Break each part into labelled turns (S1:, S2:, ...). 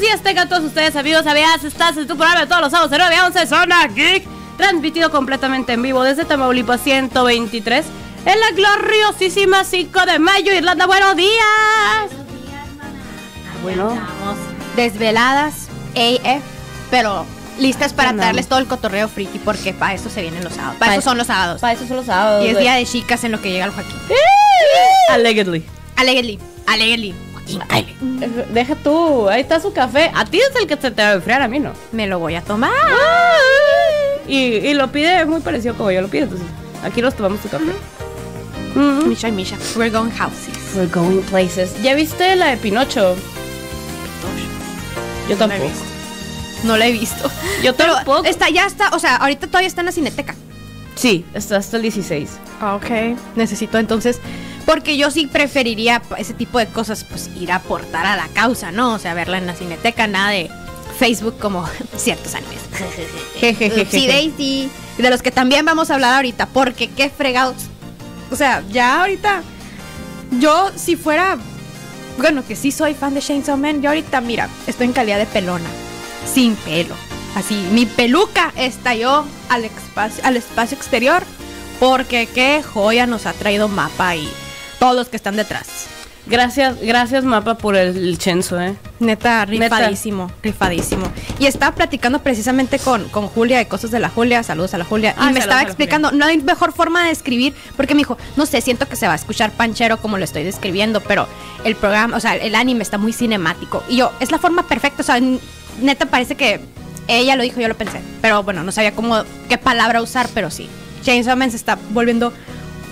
S1: tardes tengan todos ustedes, amigos, amigas. Estás en tu programa de todos los sábados de 9 a 11, Zona Geek. Transmitido completamente en vivo desde Tamaulipas 123. En la gloriosísima 5 de mayo, Irlanda. Buenos días.
S2: Bueno. Desveladas, AF, pero listas para
S1: Andamos.
S2: darles todo el cotorreo friki porque para eso se vienen los sábados. Para
S1: Pa'
S2: eso
S1: eso-
S2: son los sábados.
S1: Para eso son los sábados.
S2: Y es
S1: güey.
S2: día de chicas en lo que llega el Joaquín.
S1: Allegedly.
S2: Allegedly, allegedly. Joaquín, cáele.
S1: Eh, Deja tú, ahí está su café. A ti es el que se te va a enfriar, a mí no.
S2: Me lo voy a tomar.
S1: Y, y lo pide muy parecido como yo lo pido. Entonces, aquí nos tomamos tu café. Mm.
S2: Misha, Misha, we're going houses.
S1: We're going places. ¿Ya viste la de Pinocho? Yo
S2: No la he
S1: tampoco.
S2: visto. No la he visto.
S1: Yo
S2: Pero
S1: tampoco.
S2: está, ya está, o sea, ahorita todavía está en la cineteca.
S1: Sí, está hasta el 16.
S2: Ah, Ok. Necesito entonces. Porque yo sí preferiría p- ese tipo de cosas, pues ir a aportar a la causa, ¿no? O sea, verla en la cineteca, nada de Facebook como ciertos animes. sí, Daisy. De los que también vamos a hablar ahorita, porque qué fregados. O sea, ya ahorita. Yo, si fuera. Bueno, que sí soy fan de Chainsaw Man, yo ahorita, mira, estoy en calidad de pelona. Sin pelo. Así, mi peluca estalló al espacio, al espacio exterior. Porque qué joya nos ha traído Mapa y todos los que están detrás.
S1: Gracias, gracias Mapa por el, el chenzo, eh. Neta.
S2: Neta, rifadísimo, rifadísimo. Y estaba platicando precisamente con, con Julia de cosas de la Julia, saludos a la Julia.
S1: Ah,
S2: y me
S1: saludos
S2: estaba
S1: a la
S2: explicando, no hay mejor forma de describir, porque me dijo, no sé, siento que se va a escuchar panchero como lo estoy describiendo, pero el programa, o sea, el anime está muy cinemático. Y yo, es la forma perfecta, o sea, n- neta parece que ella lo dijo, yo lo pensé. Pero bueno, no sabía cómo, qué palabra usar, pero sí. Chainsaw Man se está volviendo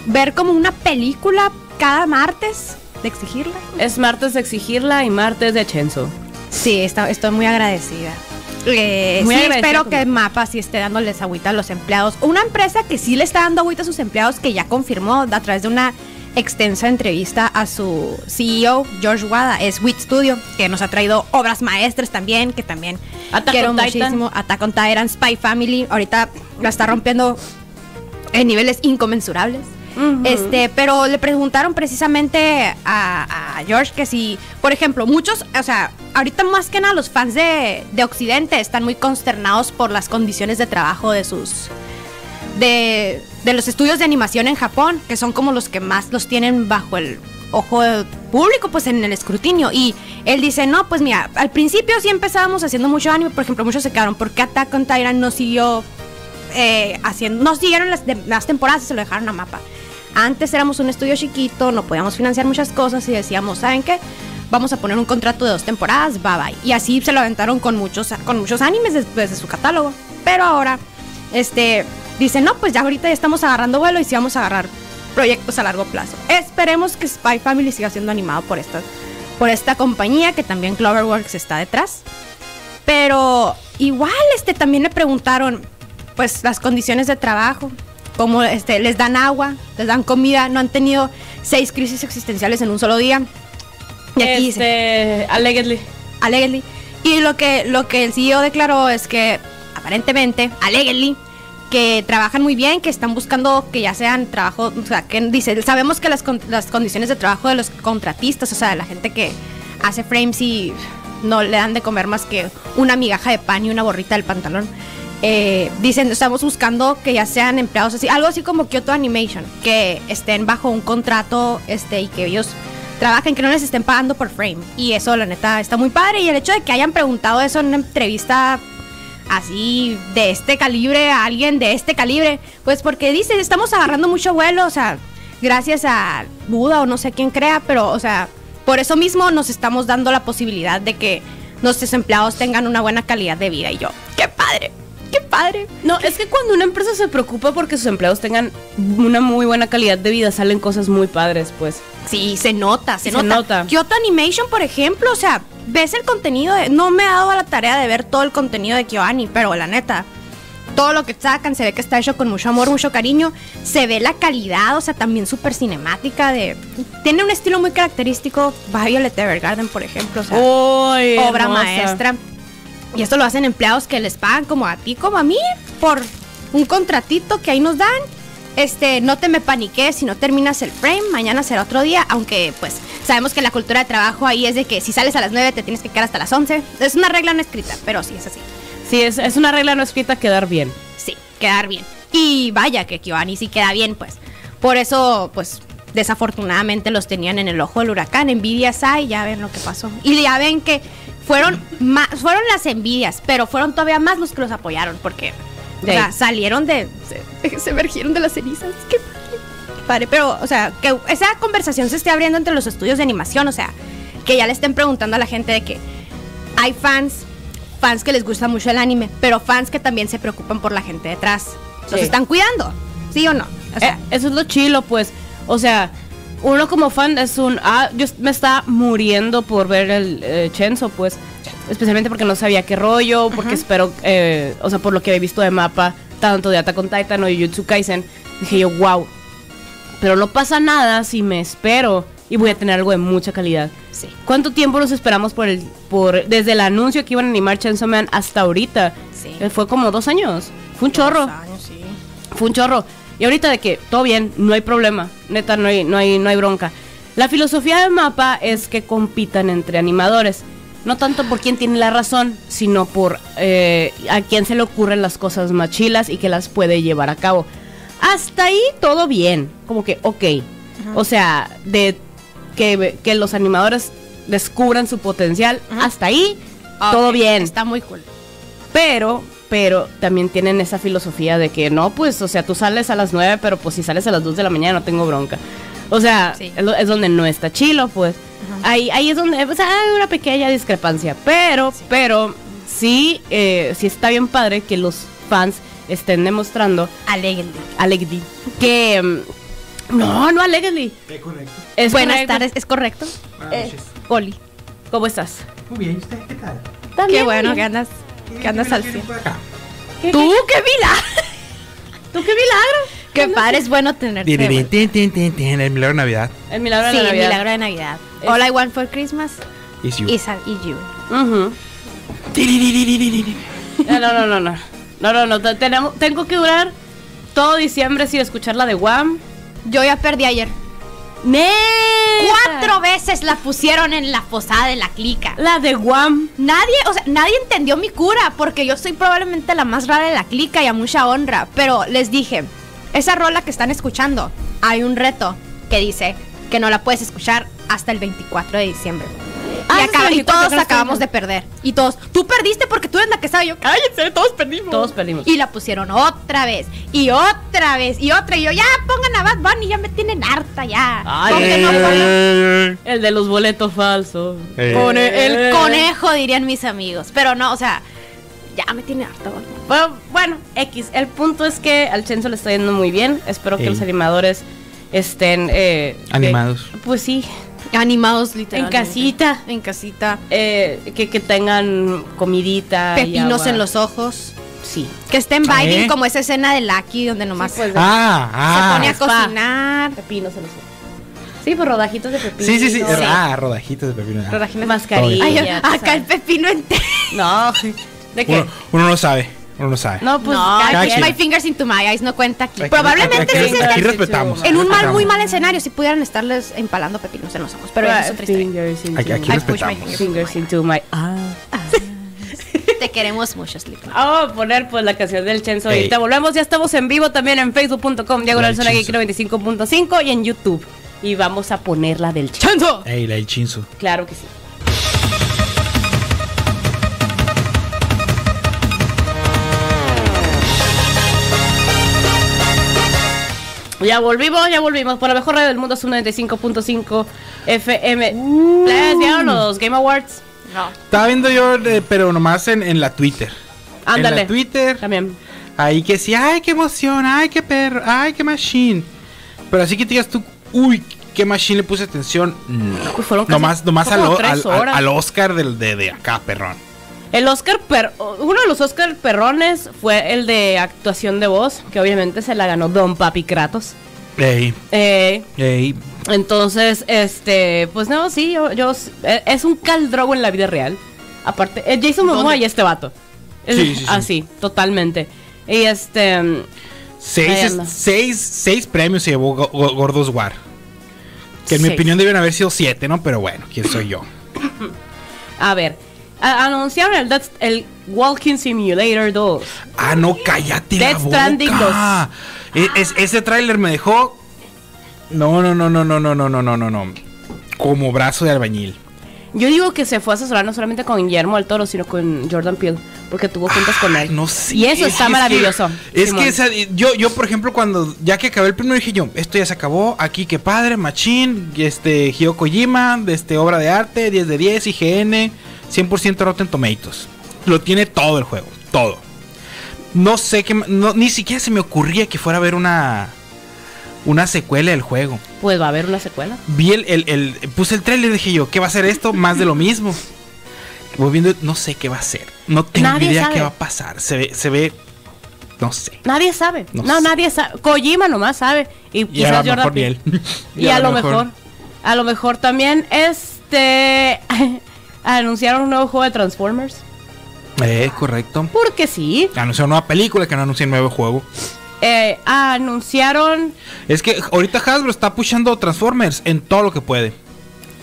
S2: ver como una película cada martes de exigirla.
S1: Es martes de exigirla y martes de chenzo.
S2: Sí, está- estoy muy agradecida. Eh,
S1: Muy
S2: sí,
S1: agradecida
S2: espero
S1: con-
S2: que Mapa sí esté dándoles agüita a los empleados. Una empresa que sí le está dando agüita a sus empleados, que ya confirmó a través de una extensa entrevista a su CEO, George Wada, es Wit Studio, que nos ha traído obras maestras también, que también
S1: Attack
S2: quiero
S1: on Titan.
S2: muchísimo. Attack on Titan, Spy Family, ahorita la está rompiendo en niveles inconmensurables.
S1: Ujú.
S2: Este, pero le preguntaron precisamente a, a George que si, por ejemplo, muchos, o sea, ahorita más que nada los fans de, de Occidente están muy consternados por las condiciones de trabajo de sus. De, de los estudios de animación en Japón, que son como los que más los tienen bajo el ojo del público, pues en el escrutinio. Y él dice, no, pues mira, al principio sí empezábamos haciendo mucho anime, por ejemplo, muchos se quedaron, ¿por qué Attack on Titan no siguió eh, haciendo, no siguieron las, dem- las temporadas y se lo dejaron a mapa. Antes éramos un estudio chiquito, no podíamos financiar muchas cosas y decíamos, ¿saben qué? Vamos a poner un contrato de dos temporadas, bye bye. Y así se lo aventaron con muchos, con muchos animes después de su catálogo. Pero ahora, este, dicen, no, pues ya ahorita ya estamos agarrando vuelo y sí vamos a agarrar proyectos a largo plazo. Esperemos que Spy Family siga siendo animado por esta, por esta compañía que también Cloverworks está detrás. Pero igual, este, también le preguntaron, pues, las condiciones de trabajo, cómo, este, les dan agua, les dan comida, no han tenido seis crisis existenciales en un solo día. Y aquí dice,
S1: este, allegedly.
S2: allegedly. Y lo que, lo que el CEO declaró es que, aparentemente, allegedly, que trabajan muy bien, que están buscando que ya sean trabajo, o sea, que dice, sabemos que las, con- las condiciones de trabajo de los contratistas, o sea, de la gente que hace frames y no le dan de comer más que una migaja de pan y una borrita del pantalón. eh, dicen, estamos buscando que ya sean empleados así, algo así como Kyoto Animation, que estén bajo un contrato este y que ellos trabajen, que no les estén pagando por frame. Y eso, la neta, está muy padre. Y el hecho de que hayan preguntado eso en una entrevista así de este calibre a alguien de este calibre, pues porque dice, estamos agarrando mucho vuelo, o sea, gracias a Buda o no sé quién crea, pero o sea, por eso mismo nos estamos dando la posibilidad de que nuestros empleados tengan una buena calidad de vida y yo, qué padre, qué padre.
S1: No, es que cuando una empresa se preocupa porque sus empleados tengan una muy buena calidad de vida, salen cosas muy padres, pues.
S2: Sí, se nota,
S1: Se
S2: se, nota.
S1: nota.
S2: Kyoto Animation, por ejemplo, o sea, ves el contenido de. No me he dado a la tarea de ver todo el contenido de KyoAni, pero la neta. Todo lo que sacan se ve que está hecho con mucho amor, mucho cariño. Se ve la calidad, o sea, también súper cinemática. de Tiene un estilo muy característico. Violet Evergarden, por ejemplo. O sea,
S1: ¡Ay,
S2: obra
S1: hermosa!
S2: maestra. Y esto lo hacen empleados que les pagan como a ti, como a mí, por un contratito que ahí nos dan. Este, no te me paniques si no terminas el frame, mañana será otro día, aunque pues Sabemos que la cultura de trabajo ahí es de que si sales a las 9 te tienes que quedar hasta las 11. Es una regla no escrita, pero sí es así.
S1: Sí, es, es una regla no escrita quedar bien.
S2: Sí, quedar bien. Y vaya que Giovanni sí queda bien, pues. Por eso, pues, desafortunadamente los tenían en el ojo del huracán. Envidias hay, ya ven lo que pasó. Y ya ven que fueron más, fueron las envidias, pero fueron todavía más los que los apoyaron, porque o
S1: Sí.
S2: sea, salieron de. Se, se emergieron de las cenizas. Qué padre. Pero, o sea, que esa conversación se esté abriendo entre los estudios de animación, o sea, que ya le estén preguntando a la gente de que hay fans, fans que les gusta mucho el anime, pero fans que también se preocupan por la gente detrás. Los
S1: Sí.
S2: están cuidando, ¿sí o no? O sea,
S1: Eh, eso es lo chilo, pues. O sea, uno como fan es un. Ah, yo me estaba muriendo por ver el eh, Chenzo, pues. Especialmente porque no sabía qué rollo, porque espero. eh, o sea, por lo que he visto de mapa, tanto de Attack on Titan o de Jujutsu Kaisen. Dije yo, wow. Pero no pasa nada si me espero y voy a tener algo de mucha calidad.
S2: sí.
S1: ¿Cuánto tiempo nos esperamos por el, por, desde el anuncio que iban a animar Chainsaw Man hasta ahorita?
S2: Sí.
S1: Eh, Fue como dos años. Fue un chorro.
S2: Dos años, sí.
S1: Fue un chorro. Y ahorita de que todo bien, no hay problema. Neta, no hay, no hay, no hay bronca. La filosofía de mapa es que compitan entre animadores. No tanto por quién tiene la razón, sino por eh, a quién se le ocurren las cosas más chilas y que las puede llevar a cabo. Hasta ahí todo bien. Como que, ok. O sea, de que, que los animadores descubran su potencial,
S2: Ajá.
S1: hasta ahí todo
S2: Ok,
S1: bien.
S2: Está muy cool.
S1: Pero, pero también tienen esa filosofía de que no, pues, o sea, tú sales a las 9, pero pues si sales a las 2 de la mañana no tengo bronca. O sea,
S2: Sí.
S1: es, lo- es donde no está chilo, pues. Ahí, ahí es donde pues, hay una pequeña discrepancia. Pero, pero, sí, eh, sí está bien padre que los fans estén demostrando
S2: Alegre.
S1: a Legdi que. mm, No, no a Legdi.
S3: Es correcto.
S1: Es
S2: Buenas
S1: correcto.
S2: tardes, ¿es correcto?
S3: Buenas
S2: Eh.
S3: noches.
S2: Oli.
S1: ¿Cómo estás?
S3: Muy bien, ¿y ustedes qué tal?
S2: Qué
S1: También,
S2: bueno
S1: bien.
S2: que andas,
S3: ¿Qué-
S2: que andas
S3: qué
S2: al
S3: tienen
S2: 100.
S3: por acá?
S1: ¿Qué-
S2: ¡Tú, qué milagro!
S1: ¿Tú qué milagro?
S2: ¡Qué padre, es bueno tenerte! de
S3: Tirirín,
S2: vuelta.
S3: tin, tin, tin, tin, El milagro de Navidad.
S1: El milagro
S2: Sí,
S1: de la
S2: el
S1: Navidad.
S2: milagro de Navidad.
S1: Es-
S2: All I want for Christmas
S3: Is you.
S2: is, a- is you.
S1: Ujú.
S3: Tiririririririri.
S1: No, no, no, no, no. No, no, no. te- Tenemos, tengo que durar todo diciembre sin escuchar la de Wham.
S2: Yo ya perdí ayer.
S1: ¡Neta!
S2: Cuatro veces la pusieron en la posada de la clica.
S1: La de Wham.
S2: Nadie, o sea, nadie entendió mi cura porque yo soy probablemente la más rara de la clica y a mucha honra. Pero les dije, esa rola que están escuchando, hay un reto que dice que no la puedes escuchar hasta el 24 de diciembre.
S1: Ah,
S2: y,
S1: es el
S2: acaba- y
S1: 24,
S2: todos
S1: claro,
S2: acabamos
S1: sí.
S2: de perder. Y todos, tú perdiste porque tú eres la que sabe. Y Yo, cállense, todos perdimos.
S1: Todos perdimos.
S2: Y la pusieron otra vez, y otra vez, y otra. Y yo, ya pongan a Bad Bunny, ya me tienen harta, ya.
S1: Ay,
S2: Porque no ponen-
S3: Eh,
S1: El de los boletos falsos.
S3: Eh.
S1: Pone
S2: el conejo, dirían mis amigos. Pero no, o sea, ya me tiene harta. güey.
S1: Bueno, bueno, X. El punto es que al Chenzo le está yendo muy bien. Espero que
S3: Ey.
S1: los animadores estén. eh,
S3: Animados.
S1: que- pues sí.
S2: Animados
S1: En
S2: literalmente.
S1: casita.
S2: En casita.
S1: eh, que, que tengan comidita. y
S2: Pepinos
S1: agua.
S2: en los ojos.
S1: Sí.
S2: Que estén vibing
S3: ¿Eh?
S2: como esa escena de Lucky donde nomás
S1: Sí, pues,
S3: Ah, ah.
S2: se pone a
S1: spa.
S2: cocinar.
S1: Pepinos en los ojos. Sí, pues rodajitos de pepino.
S3: Sí, sí, sí. Ah, rodajitas de pepino. ah.
S1: Rodajitas de
S3: Sí,
S1: mascarilla.
S2: Ay,
S1: tú
S2: acá
S1: sabes.
S2: el pepino entero.
S1: No, ¿de qué?
S3: Uno, uno no sabe. Uno no sabe.
S1: No, pues
S2: no,
S1: cada
S3: cada
S1: quien.
S3: quien.
S2: my fingers into my eyes no cuenta aquí.
S3: Ah, Aquí-
S2: Probablemente
S3: aquí,
S2: sí
S3: aquí,
S2: se-
S3: aquí respetamos.
S2: en un mal,
S3: respetamos.
S2: muy mal escenario si pudieran estarles empalando pepinos en los ojos. Pero ya es otra historia.
S1: Fingers into
S3: Aquí, aquí
S2: I
S1: my-
S2: push my
S3: respetamos.
S1: Fingers into my ah.
S2: Te queremos mucho, Slipknot.
S1: Vamos a poner pues la canción del Chenzo.
S3: Ey.
S1: Ahorita volvemos, ya estamos en vivo también en facebook.com, diagonal
S3: Del
S1: zona geek
S3: Chenzo.
S1: 95.5 y en YouTube. Y vamos a poner la del Chenzo.
S3: Ey, la del chinzo.
S1: Claro que sí. Ya volvimos, ya volvimos. Por la mejor radio del mundo es un 95.5 FM. ¿Les vieron los Game Awards?
S2: No.
S3: Estaba viendo yo, eh, pero nomás en, en la Twitter. En
S1: Ándale.
S3: la Twitter.
S1: También.
S3: Ahí que sí, ay, qué emoción, ay, qué perro, ay, qué machine. Pero así que te digas tú, uy, qué machine le puse atención. No.
S1: Uy, fueron casi-
S3: nomás nomás
S1: fueron
S3: al,
S1: como tres
S3: al- al-
S1: horas.
S3: al Oscar del, de, de acá, perrón.
S1: El Oscar, per- uno de los Oscar perrones fue el de actuación de voz, que obviamente se la ganó Don Papi Kratos.
S3: Ey,
S1: Eh,
S3: ey.
S1: Entonces, este, pues no, sí, yo, yo eh, es un caldrogo en la vida real. Aparte, eh, Jason Momoa
S2: ¿Dónde?
S1: y este vato. Es-
S3: Sí, sí, sí.
S1: Así, totalmente. Y este, mm,
S3: Seis,
S1: Ahí
S3: es-
S1: anda.
S3: seis, seis premios se llevó Go- Go- Gordos War. Que en mi
S1: Sí.
S3: opinión debieron haber sido siete, ¿no? Pero bueno, ¿quién soy yo?
S1: A ver, a- anunciaron el, Death- el Walking Simulator 2.
S3: Ah, no, cállate la
S1: Death Stranding
S3: boca. E- es- ese tráiler me dejó. No, no, no, no, no, no, no, no, no, no, no. Como brazo de albañil.
S1: Yo digo que se fue a asesorar no solamente con Guillermo del Toro, sino con Jordan Peele, porque tuvo juntas con
S3: Ay,
S1: él.
S3: Ah, No sé.
S1: Y eso
S3: es
S1: está
S3: que-
S1: maravilloso.
S3: Es
S1: Simón.
S3: que esa- yo, yo, por ejemplo, cuando ya que acabé el primero dije yo, esto ya se acabó, aquí qué padre, Machín, y este Hideo Kojima, de este obra de arte, 10 de 10, IGN, 100% Rotten Tomatoes. Lo tiene todo el juego, todo. No sé qué, ma- no, ni siquiera se me ocurría que fuera a haber una una secuela del juego.
S1: Pues va a haber una secuela.
S3: Vi el, el, el- puse el trailer y dije yo, ¿qué va a ser esto? Más de lo mismo. Voy viendo, no sé qué va a ser. No tengo
S1: Nadie
S3: idea
S1: sabe.
S3: qué va a pasar. Se ve, se ve, no sé.
S1: Nadie sabe.
S3: No
S1: No,
S3: sé.
S1: nadie sabe. Kojima nomás sabe. Y,
S3: Y
S1: quizás
S3: a lo
S1: Jordan
S3: mejor ni
S1: Peele.
S3: él.
S1: Y, a, lo mejor. A lo mejor también este anunciaron un nuevo juego de Transformers.
S3: Eh, correcto.
S1: Porque sí.
S3: Anunciaron nueva película que no anuncian nuevo juego.
S1: eh, anunciaron.
S3: Es que ahorita Hasbro está pushando Transformers en todo lo que puede.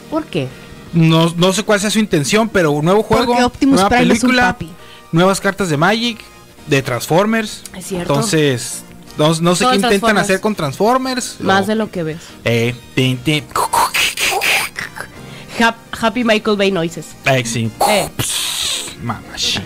S1: ¿Por qué?
S3: No, no sé cuál sea su intención, pero un nuevo juego,
S2: Porque Optimus
S3: nueva
S2: Prime es un
S3: película,
S2: papi.
S3: nuevas cartas de Magic, de Transformers.
S1: Es cierto.
S3: Entonces, no, no sé
S1: Todo es
S3: qué intentan
S1: Transformers.
S3: hacer con Transformers.
S1: Más
S3: o-
S1: de lo que ves.
S3: Eh, tin,
S1: Eh.
S3: tin.
S1: Hap- Happy Michael Bay Noises.
S3: Eh, sí.
S1: Eh,
S3: Mamá, shit.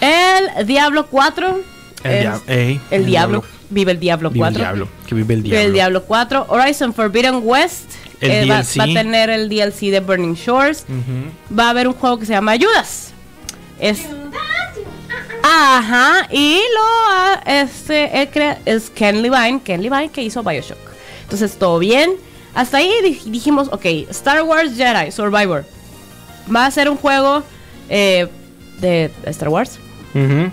S1: el Diablo 4.
S3: El
S1: es-
S3: dia- eh,
S1: el
S3: el
S1: Diablo.
S3: Diablo.
S1: Vive el Diablo 4.
S3: Vive el diablo. Que vive el
S1: Vive
S3: diablo.
S1: el Diablo 4. Horizon Forbidden West.
S3: El
S1: eh, va,
S3: DLC.
S1: va a tener el DLC de Burning Shores.
S3: Ujú.
S1: va a haber un juego que se llama Ayudas. Es. Ajá, y lo ha- este el crea- es Ken Levine, Ken Levine que hizo Bioshock. Entonces, todo bien. Hasta ahí dij- dijimos, ok, Star Wars Jedi Survivor. Va a ser un juego eh, de Star Wars,
S3: Ujú.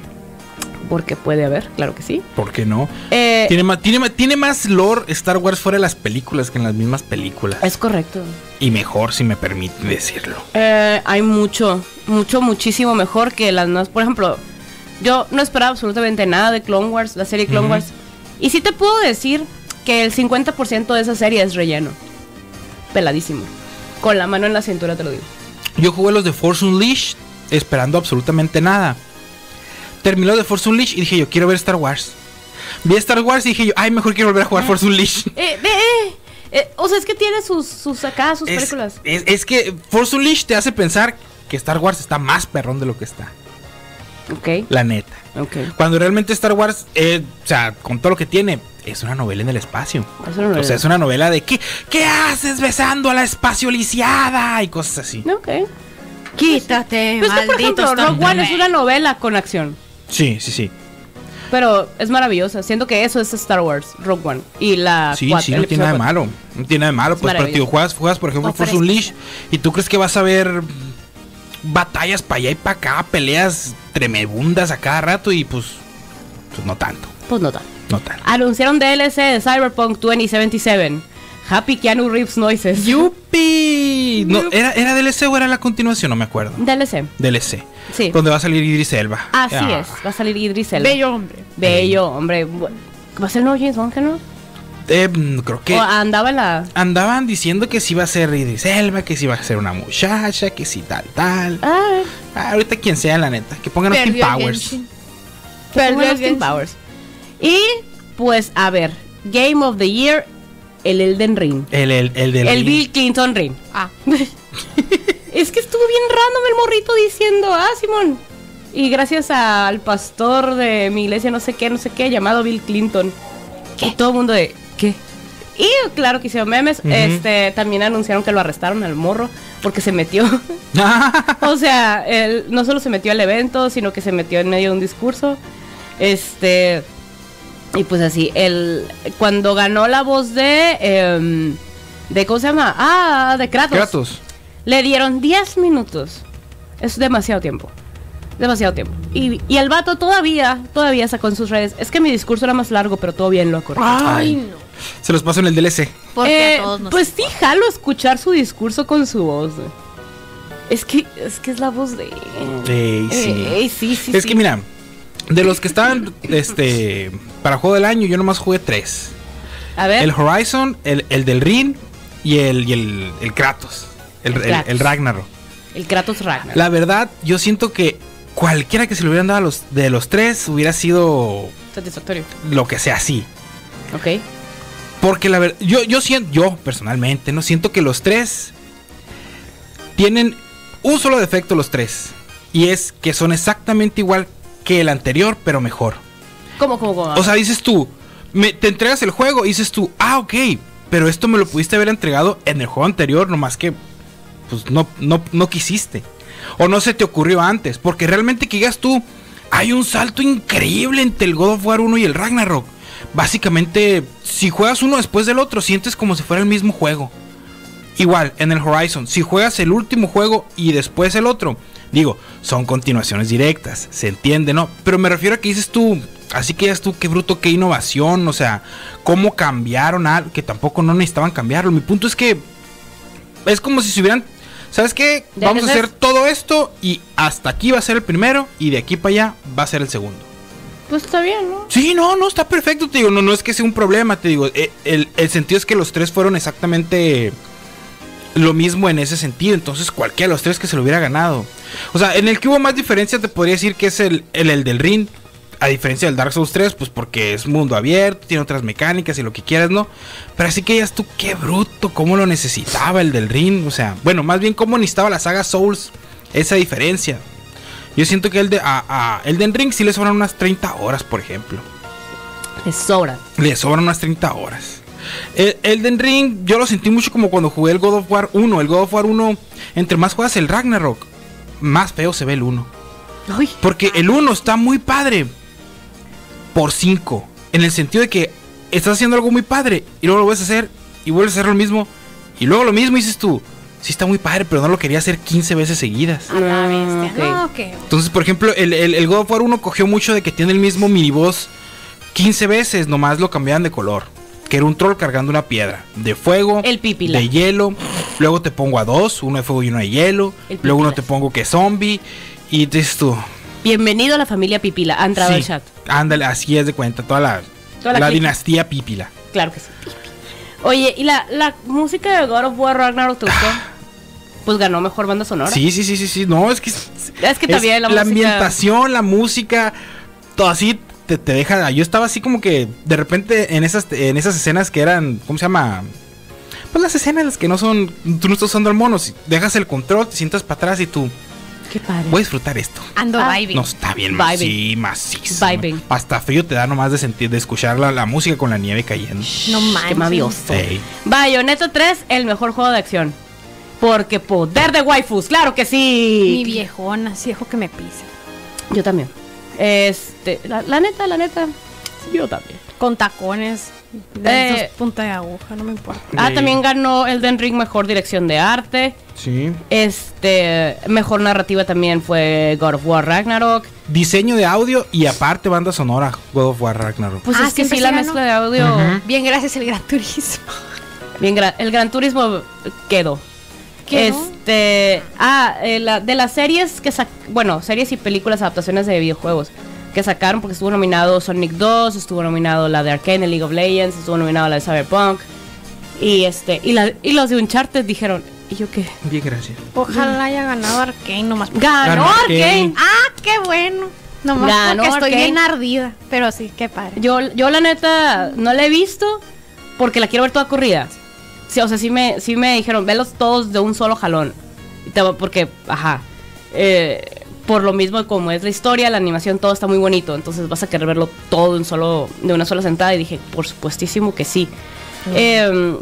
S1: porque puede haber, claro que sí.
S3: ¿Por qué no?
S1: Eh,
S3: Tiene más, tiene, más- tiene más lore Star Wars fuera de las películas que en las mismas películas.
S1: es correcto.
S3: Y mejor, si me permite decirlo.
S1: Eh, hay mucho, mucho, muchísimo mejor que las nuevas. Por ejemplo, yo no esperaba absolutamente nada de Clone Wars, la serie Clone
S3: Ujú.
S1: Wars. Y sí te puedo decir que el 50% de esa serie es relleno. Peladísimo. Con la mano en la cintura te lo digo.
S3: Yo jugué los de Force Unleashed esperando absolutamente nada. Terminó de Force Unleashed y dije yo, quiero ver Star Wars. Vi Star Wars y dije yo, ay, mejor quiero volver a jugar Force Unleashed.
S1: Eh, ve, eh, eh, o sea, es que tiene sus, sus acá, sus
S3: Es,
S1: películas.
S3: es- es que Force Unleashed te hace pensar que Star Wars está más perrón de lo que está.
S1: Ok,
S3: La neta.
S1: ok.
S3: Cuando realmente Star Wars, eh, o sea, con todo lo que tiene, es una novela en el espacio.
S1: Eso no lo
S3: O sea, es una novela de ¿qué, qué haces besando a la espacio lisiada? Y cosas así.
S1: Ok.
S2: Quítate,
S1: Pues que, por
S2: maldito
S1: ejemplo, Rogue One es
S2: Stormtrooper.
S1: una novela con acción.
S3: Sí, sí, sí.
S1: Pero es maravillosa. Siento que eso es Star Wars, Rogue One. Y la.
S3: Sí,
S1: cuatro,
S3: sí,
S1: el
S3: no tiene
S1: episodio
S3: nada de
S1: cuatro.
S3: malo. No tiene nada de malo. Pues, pero
S1: maravilloso.
S3: tío, juegas, juegas, por ejemplo,
S2: No,
S3: Force
S2: pero es que-
S3: Unleashed y tú crees que vas a ver batallas para allá y para acá, peleas tremebundas a cada rato y pues, pues no tanto,
S1: Pues no tanto.
S3: no tanto.
S1: Anunciaron DLC de Cyberpunk 2077. Happy Keanu Reeves Noises.
S3: ¡Yupi! No, ¿era, ¿Era DLC o era la continuación? No me acuerdo.
S1: DLC.
S3: DLC.
S1: Sí.
S3: Donde va a salir Idris Elba.
S1: Así
S3: Ah.
S1: es. Va a salir Idris Elba.
S2: Bello hombre.
S1: Bello, hombre. Bu- ¿Va a ser el nuevo James Bond, que no?
S3: Eh, mm, creo que...
S1: O andaba en la.
S3: Andaban diciendo que si iba a ser Idris Elba, que si iba a ser una muchacha, que si tal, tal.
S1: Ah,
S3: Ah, ahorita quien sea, la neta. Que pongan Austin
S2: Perdió el
S3: Powers.
S2: Genshin.
S1: que
S2: Perdió
S1: pongan
S2: el
S1: Austin
S2: Genshin.
S1: Powers. Y pues, a ver. Game of the Year: El Elden Ring.
S3: El, el, el del.
S1: El Bill Clinton Ring.
S2: Ah,
S1: Es que estuvo bien random el morrito diciendo, ah, Simón. Y gracias al pastor de mi iglesia, no sé qué, no sé qué, llamado Bill Clinton. Y todo el mundo de, ¿qué? Y claro que hicieron memes.
S3: Ujú.
S1: Este, también anunciaron que lo arrestaron al morro porque se metió.
S3: Ah,
S1: o sea, él no solo se metió al evento, sino que se metió en medio de un discurso. Este. Y pues así, el, cuando ganó la voz de. em, de ¿Cómo se llama? Ah, de
S3: Kratos.
S1: le dieron 10 minutos. Es demasiado tiempo. Demasiado tiempo. Y, y el vato todavía, todavía sacó en sus redes. Es que mi discurso era más largo, pero todo bien lo acordé.
S3: Ay.
S2: ay, no.
S3: Se los paso en el DLC.
S2: Ah, Porque
S1: Eh,
S2: a todos nos.
S1: Pues sí, jalo escuchar su discurso con su voz. güey. Es que, es que es la voz de.
S3: Ey, sí.
S1: Ey, sí, sí,
S3: es
S1: sí.
S3: que mira, de los que estaban este para juego del año, yo nomás jugué tres.
S1: A ver.
S3: El Horizon, el, el del Ring y el, y el, el Kratos, el,
S1: El
S3: el-
S1: Kratos.
S3: el Ragnarok.
S1: El Kratos Ragnar.
S3: La verdad, yo siento que cualquiera que se lo hubieran dado a los, de los tres hubiera sido
S1: Satisfactorio.
S3: lo que sea así.
S1: Ok.
S3: Porque la verdad, yo, yo siento, yo personalmente, no siento que los tres tienen un solo defecto los tres. Y es que son exactamente igual que el anterior, pero mejor.
S1: ¿Cómo, cómo, cómo?
S3: O sea, dices tú, me- te entregas el juego y dices tú, ah, ok, pero esto me lo pudiste haber entregado en el juego anterior, nomás que pues no, no, no quisiste. O no se te ocurrió antes, porque realmente que digas tú, hay un salto increíble entre el God of War 1 y el Ragnarok. Básicamente, si juegas uno después del otro, sientes como si fuera el mismo juego. Igual, en el Horizon, si juegas el último juego y después el otro, digo, son continuaciones directas, se entiende, ¿no? Pero me refiero a que dices tú, así que dices tú, qué bruto, qué innovación, o sea, cómo cambiaron algo, que tampoco no necesitaban cambiarlo. Mi punto es que es como si se hubieran, ¿sabes qué?
S1: Ya
S3: Vamos a
S1: que
S3: hacer
S1: seas-
S3: todo esto y hasta aquí va a ser el primero y de aquí para allá va a ser el segundo.
S1: pues está bien, ¿no?
S3: Sí, no, no, está perfecto, te digo, no, no es que sea un problema, te digo, eh, el, el sentido es que los tres fueron exactamente lo mismo en ese sentido, entonces cualquiera de los tres que se lo hubiera ganado. O sea, en el que hubo más diferencia te podría decir que es el, el, el del ring, a diferencia del Dark Souls 3, pues porque es mundo abierto, tiene otras mecánicas y lo que quieras, ¿no? Pero así que digas tú, qué bruto, cómo lo necesitaba el del ring, o sea, bueno, más bien cómo necesitaba la saga Souls, esa diferencia. Yo siento que el de, a, a Elden Ring sí le sobran unas 30 horas, por ejemplo.
S1: Les sobran.
S3: Le sobran unas 30 horas. El- Elden Ring, yo lo sentí mucho como cuando jugué el God of War 1. El God of War 1, entre más juegas el Ragnarok, más feo se ve el 1.
S1: Ay.
S3: Porque el 1 está muy padre por 5. En el sentido de que estás haciendo algo muy padre y luego lo vuelves a hacer y vuelves a hacer lo mismo. Y luego lo mismo y dices tú, sí está muy padre, pero no lo quería hacer 15 veces seguidas.
S2: A la bestia.
S1: Ah,
S2: No, que-
S3: Entonces, por ejemplo, el, el, el God of War 1 cogió mucho de que tiene el mismo miniboss 15 veces, nomás lo cambiaban de color. Que era un troll cargando una piedra de fuego,
S1: El pípila.
S3: de hielo. Luego te pongo a dos, uno de fuego y uno de hielo.
S1: El
S3: Luego uno
S1: pípila.
S3: te pongo que es zombie. Y dices tú.
S1: Bienvenido a la familia Pipila. Ha entrado
S3: sí,
S1: al chat.
S3: Ándale, así es de cuenta, toda la,
S1: Toda la
S3: la
S1: clica.
S3: dinastía pípila.
S1: Claro que sí. Oye, ¿y la, la música de God of War Ragnarok te gustó? Pues ganó mejor banda sonora.
S3: Sí, sí, sí, sí, sí. No, es que es-
S1: Es que
S3: es
S1: también la, música-
S3: ambientación, la música, todo así te, te deja. Yo estaba así como que de repente en esas, en esas escenas que eran, ¿cómo se llama? Pues las escenas en las que no son, tú no estás usando al mono, si dejas el control, te sientas para atrás y tú,
S1: Qué padre.
S3: voy a disfrutar esto.
S2: Ando
S1: Ah.
S2: vibing.
S3: No está bien, ma-
S1: Vibing.
S3: sí, macizo.
S1: Vibing.
S3: Hasta frío te da nomás de sentir, de escuchar la, la música con la nieve cayendo.
S2: No manches.
S1: Qué mavioso.
S3: Ey.
S1: Bayonetta 3, el mejor juego de acción. Porque poder de waifus, claro que
S2: Mi
S1: sí.
S2: viejona, así viejo que me pisa.
S1: Yo también. Este, la, la neta, la neta, yo también.
S2: Con tacones. De
S1: Eh.
S2: esos punta de aguja, no me importa.
S1: Ah,
S3: Sí.
S1: también ganó Elden Ring mejor dirección de arte.
S3: Sí.
S1: Este, mejor narrativa también fue God of War Ragnarok.
S3: Diseño de audio y aparte banda sonora, God of War Ragnarok.
S1: Pues
S2: Ah,
S1: es que
S2: siempre
S1: sí,
S2: se
S1: la
S2: ganó.
S1: mezcla de audio.
S3: Ujú.
S2: Bien, gracias el gran turismo.
S1: Bien, gra- el Gran Turismo quedó.
S2: Quedó.
S1: Este, ah, eh, la- de las series que sac- bueno, series y películas adaptaciones de videojuegos que sacaron porque estuvo nominado Sonic 2, estuvo nominado la de Arcane, League of Legends, estuvo nominado la de Cyberpunk y este y la y los de Uncharted dijeron, ¿y yo qué?
S3: Bien, gracias.
S2: Ojalá haya ganado Arkane nomás.
S1: Ganó
S3: Ganó
S1: Arcane.
S3: Arcane.
S2: ¡Ah, qué bueno! Nomás
S1: Ganó
S2: porque estoy
S1: Arkane.
S2: bien ardida. Pero sí, qué padre.
S1: Yo, yo la neta no la he visto porque la quiero ver toda corrida. Sí, o sea, sí me, sí me dijeron, velos todos de un solo jalón. Y te- Porque, ajá. eh, por lo mismo como es la historia, la animación, todo está muy bonito. Entonces vas a querer verlo todo de, un solo, de una sola sentada. Y dije, por supuestísimo que sí. Em,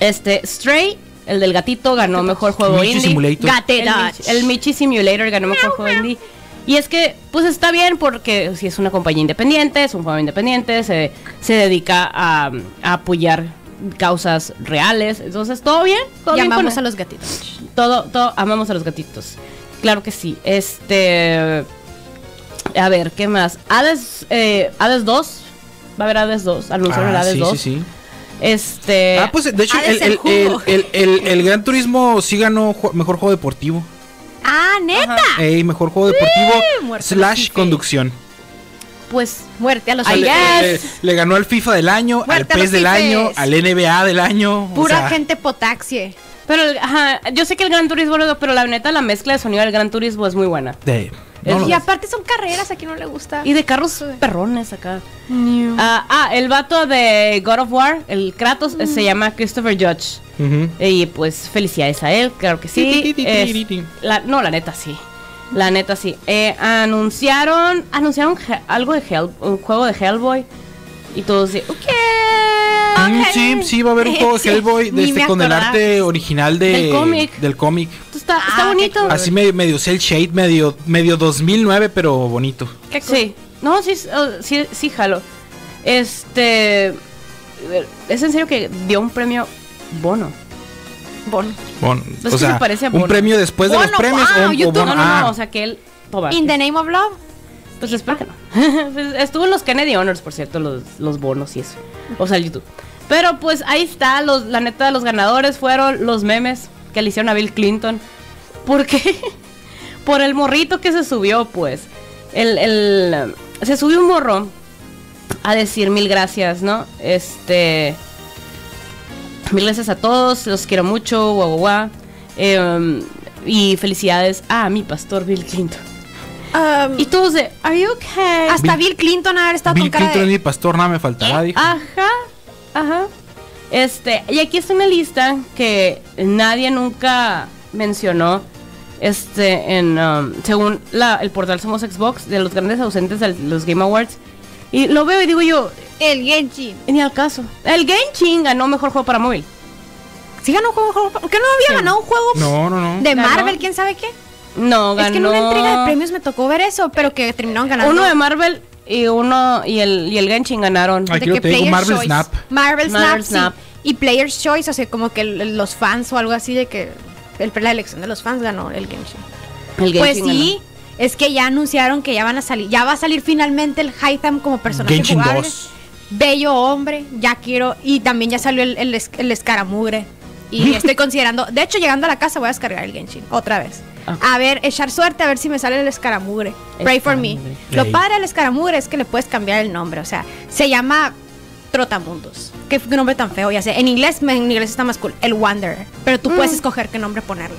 S1: este, Stray, el del gatito, ganó mejor juego
S3: Michi
S1: indie.
S3: Simulator.
S1: El Mich- El Michi Simulator ganó mejor juego indie. Y es que, pues está bien porque si es una compañía independiente, es un juego independiente, se, se dedica a, a apoyar causas reales. Entonces, todo bien. ¿Todo bien
S2: Llamamos
S1: con-
S2: a los gatitos.
S1: todo, todo, amamos a los gatitos. Claro que sí. Este. A ver, ¿qué más? Hades, eh, Hades 2. Va a haber Hades 2. Anunciaron el
S3: Ah,
S1: Hades
S3: sí,
S1: 2.
S3: sí, sí.
S1: Este.
S3: Ah, pues de hecho,
S2: Eh, ha de
S3: el,
S2: ser
S3: el-
S2: jugo.
S3: el- el- el- el Gran Turismo sí ganó ju- mejor juego deportivo.
S2: ¡Ah, neta!
S3: Ey, mejor juego deportivo
S2: muerto,
S3: slash
S2: sí, sí.
S3: conducción.
S2: pues muerte a los
S3: O sea, Ah, le, le-
S2: ayer.
S3: le ganó al FIFA del año, al
S2: Muerte a los
S3: PES del
S2: fifes.
S3: año, al NBA del año. o
S2: Pura
S3: sea,
S2: gente potaxie.
S1: Pero, el- ajá, yo sé que el Gran Turismo, lo- pero la neta, la mezcla de sonido del Gran Turismo es muy buena.
S3: de- no lo-
S2: y aparte son carreras, a quien no le gusta.
S1: Y de carros
S2: Uy.
S1: perrones acá.
S2: New.
S1: Ah, ah, el vato de God of War, el Kratos,
S3: Mm.
S1: eh, se llama Christopher Judge.
S3: Ujú.
S1: Y pues felicidades a él, claro que
S3: Ti,
S1: sí.
S3: ti, ti,
S1: Es-
S3: ti, ti, ti.
S1: la- no, la neta sí. La neta sí. Eh, anunciaron anunciaron he- algo de Hell- un juego de Hellboy. Y todos de, ok.
S2: Eh,
S3: Mm,
S2: Ok.
S3: Sí, sí, va a haber un juego de
S2: Sí,
S3: Hellboy de
S2: ni
S3: este,
S2: me
S3: con el
S2: acordaba.
S3: arte original de,
S1: Del cómic.
S3: Del cómic.
S1: Esto Está,
S2: Ah,
S1: está
S2: qué
S1: bonito.
S2: cool.
S3: Así medio, medio cel shade, medio, medio 2009, pero bonito.
S2: Qué cool.
S1: Sí. No, sí, oh, sí, sí, jalo. Este. Es en serio que dio un premio bono.
S2: Bono.
S3: Bon-
S1: que
S3: o
S1: se
S3: sea,
S1: parece a
S3: un
S1: Bono.
S3: premio después de
S2: Bono,
S3: los premios.
S2: wow,
S3: o un- o
S2: YouTube,
S1: No,
S3: Bono-
S1: no, no,
S3: ah,
S1: O sea que él. Toma.
S2: In the name of love.
S1: Pues espero que no. Pues, Estuvo en los Kennedy Honors, por cierto, los, los bonos y eso. O sea, el YouTube. Pero pues ahí está, los, la neta, los ganadores fueron los memes que le hicieron a Bill Clinton. ¿Por qué? Por el morrito que se subió, pues. El, el, se subió un morro a decir mil gracias, ¿no? Este... Mil gracias a todos, los quiero mucho, guau, guau, guau. Em, y felicidades a mi pastor Bill Clinton.
S2: Um,
S1: Y todos de, ¿Are you okay?
S2: hasta Bill Clinton haber estado
S3: Bill
S2: con cara
S3: Clinton
S2: de- ¿Eh? Ah,
S3: y Pastor, nada me faltará, Ah, dijo.
S1: Ajá, ajá. Este, y aquí está una lista que nadie nunca mencionó. Este, en, um, según la, el portal Somos Xbox, de los grandes ausentes de los Game Awards. Y lo veo y digo yo,
S2: El Genshin.
S1: ni al caso. El Genshin ganó mejor juego para móvil.
S2: Sí ganó un juego. ¿Por qué no había
S1: Sí.
S2: ganado un juego
S3: No, no, no.
S2: de
S1: Ganó.
S2: Marvel? ¿Quién sabe qué?
S1: No, ganó.
S2: Es que en una entrega de premios me tocó ver eso, pero que terminaron ganando.
S1: Uno de Marvel y uno y el, y el Genshin ganaron.
S3: Ay, Aquí lo
S2: que
S3: tengo,
S2: Player's
S3: Marvel
S2: Choice.
S3: Snap.
S2: Marvel Snap,
S1: Marvel
S2: sí.
S1: Snap.
S2: Y Player's Choice, o sea, como que el- los fans o algo así de que el, la elección de los fans ganó el Genshin.
S1: El
S2: pues
S1: Genshin
S2: sí, es que ya anunciaron que ya van a salir, ya va a salir finalmente el Hytham como personaje
S3: Genshin
S2: jugable.
S3: 2.
S2: Bello hombre, ya quiero. Y también ya salió el, el, es- el escaramugre. Y estoy considerando, de hecho llegando a la casa voy a descargar el Genshin otra vez.
S1: Ah.
S2: A ver, echar suerte a ver si me sale el escaramugre. Pray for me.
S1: Escaramugre.
S2: Lo
S3: Ey.
S2: padre del escaramugre es que le puedes cambiar el nombre, o sea, se llama Trotamundos. Qué f- nombre tan feo, ya sé. En inglés, me- en inglés está más cool, el Wanderer. Pero tú
S1: Mm.
S2: puedes escoger qué nombre ponerle.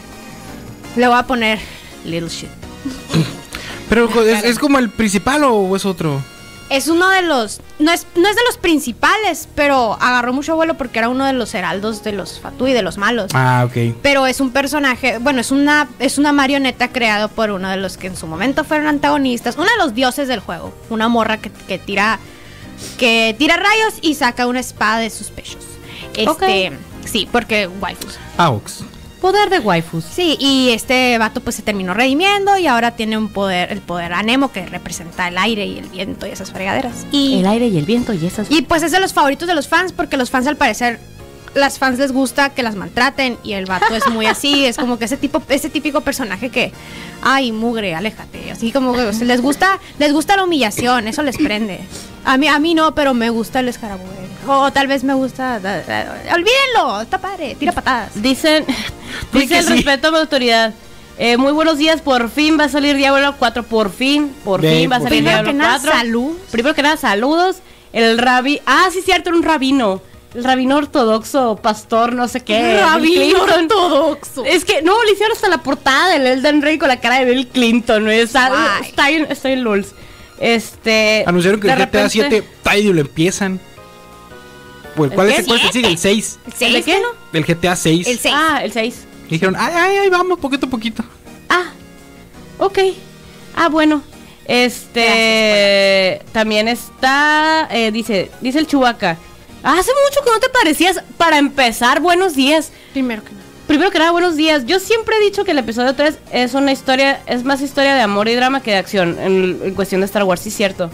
S2: Le voy a poner Little Shit.
S3: Pero ¿es, es como el principal o es otro?
S2: Es uno de los. No es, no es de los principales, pero agarró mucho vuelo porque era uno de los heraldos de los Fatui, de los malos.
S3: Ah, ok.
S2: Pero es un personaje, bueno, es una, es una marioneta creado por uno de los que en su momento fueron antagonistas, uno de los dioses del juego, una morra que, que tira que tira rayos y saca una espada de sus pechos. Este,
S1: Ok.
S2: sí, porque waifus.
S3: Aux.
S1: ganó. Poder de waifus.
S2: Sí, y este vato pues se terminó redimiendo y ahora tiene un poder, el poder anemo que representa el aire y el viento y esas fregaderas. Y
S1: El aire y el viento y esas
S2: y pues es de los favoritos de los fans porque los fans al parecer las fans les gusta que las maltraten y el vato es muy así, es como que ese tipo ese típico personaje que ay, mugre, aléjate, así como que o sea, les gusta les gusta la humillación, eso les prende. A mí a mí no, pero me gusta el escarabujo. O tal vez me gusta da- da- olvídenlo, está padre, tira patadas.
S1: Dicen,
S3: Pues
S1: dice
S3: que
S1: el
S3: sí.
S1: respeto a mi autoridad. Eh, muy buenos días, por fin va a salir Diablo 4, por fin, por
S3: Ve,
S1: fin va a
S3: por
S1: salir
S3: fin.
S2: Primero
S1: Diablo
S2: que nada,
S1: 4.
S2: salud.
S1: Primero que nada, saludos. El rabi, ah, sí, cierto, era un rabino. El rabino ortodoxo, pastor, no sé qué. Bill Clinton.
S2: ortodoxo.
S1: Es que no, le hicieron hasta la portada del Elden Ring con la cara de Bill Clinton. ¿no? Está,
S2: Guay.
S1: está en, está en LOLs.
S2: Eh,
S1: Este.
S3: Anunciaron que
S1: de
S3: el GTA
S1: repente-
S3: 7 Tidio lo empiezan. ¿O el
S1: ¿El
S3: cuál es
S1: qué?
S3: el cuál es el sigue? El 6.
S1: ¿El de qué? no?
S3: El GTA 6.
S2: El 6.
S1: Ah, el 6.
S3: Dijeron, ay, ay, ay, vamos, poquito a poquito.
S1: Ah, ok. Ah, bueno. Este también está. eh, dice, dice el Chubaca. Hace mucho que no te parecías. Para empezar, buenos días.
S2: Ah, Primero que nada.
S1: Primero que nada, buenos días. Yo siempre he dicho que el episodio 3 es una historia, es más historia de amor y drama que de acción en, en cuestión de Star Wars, sí es cierto.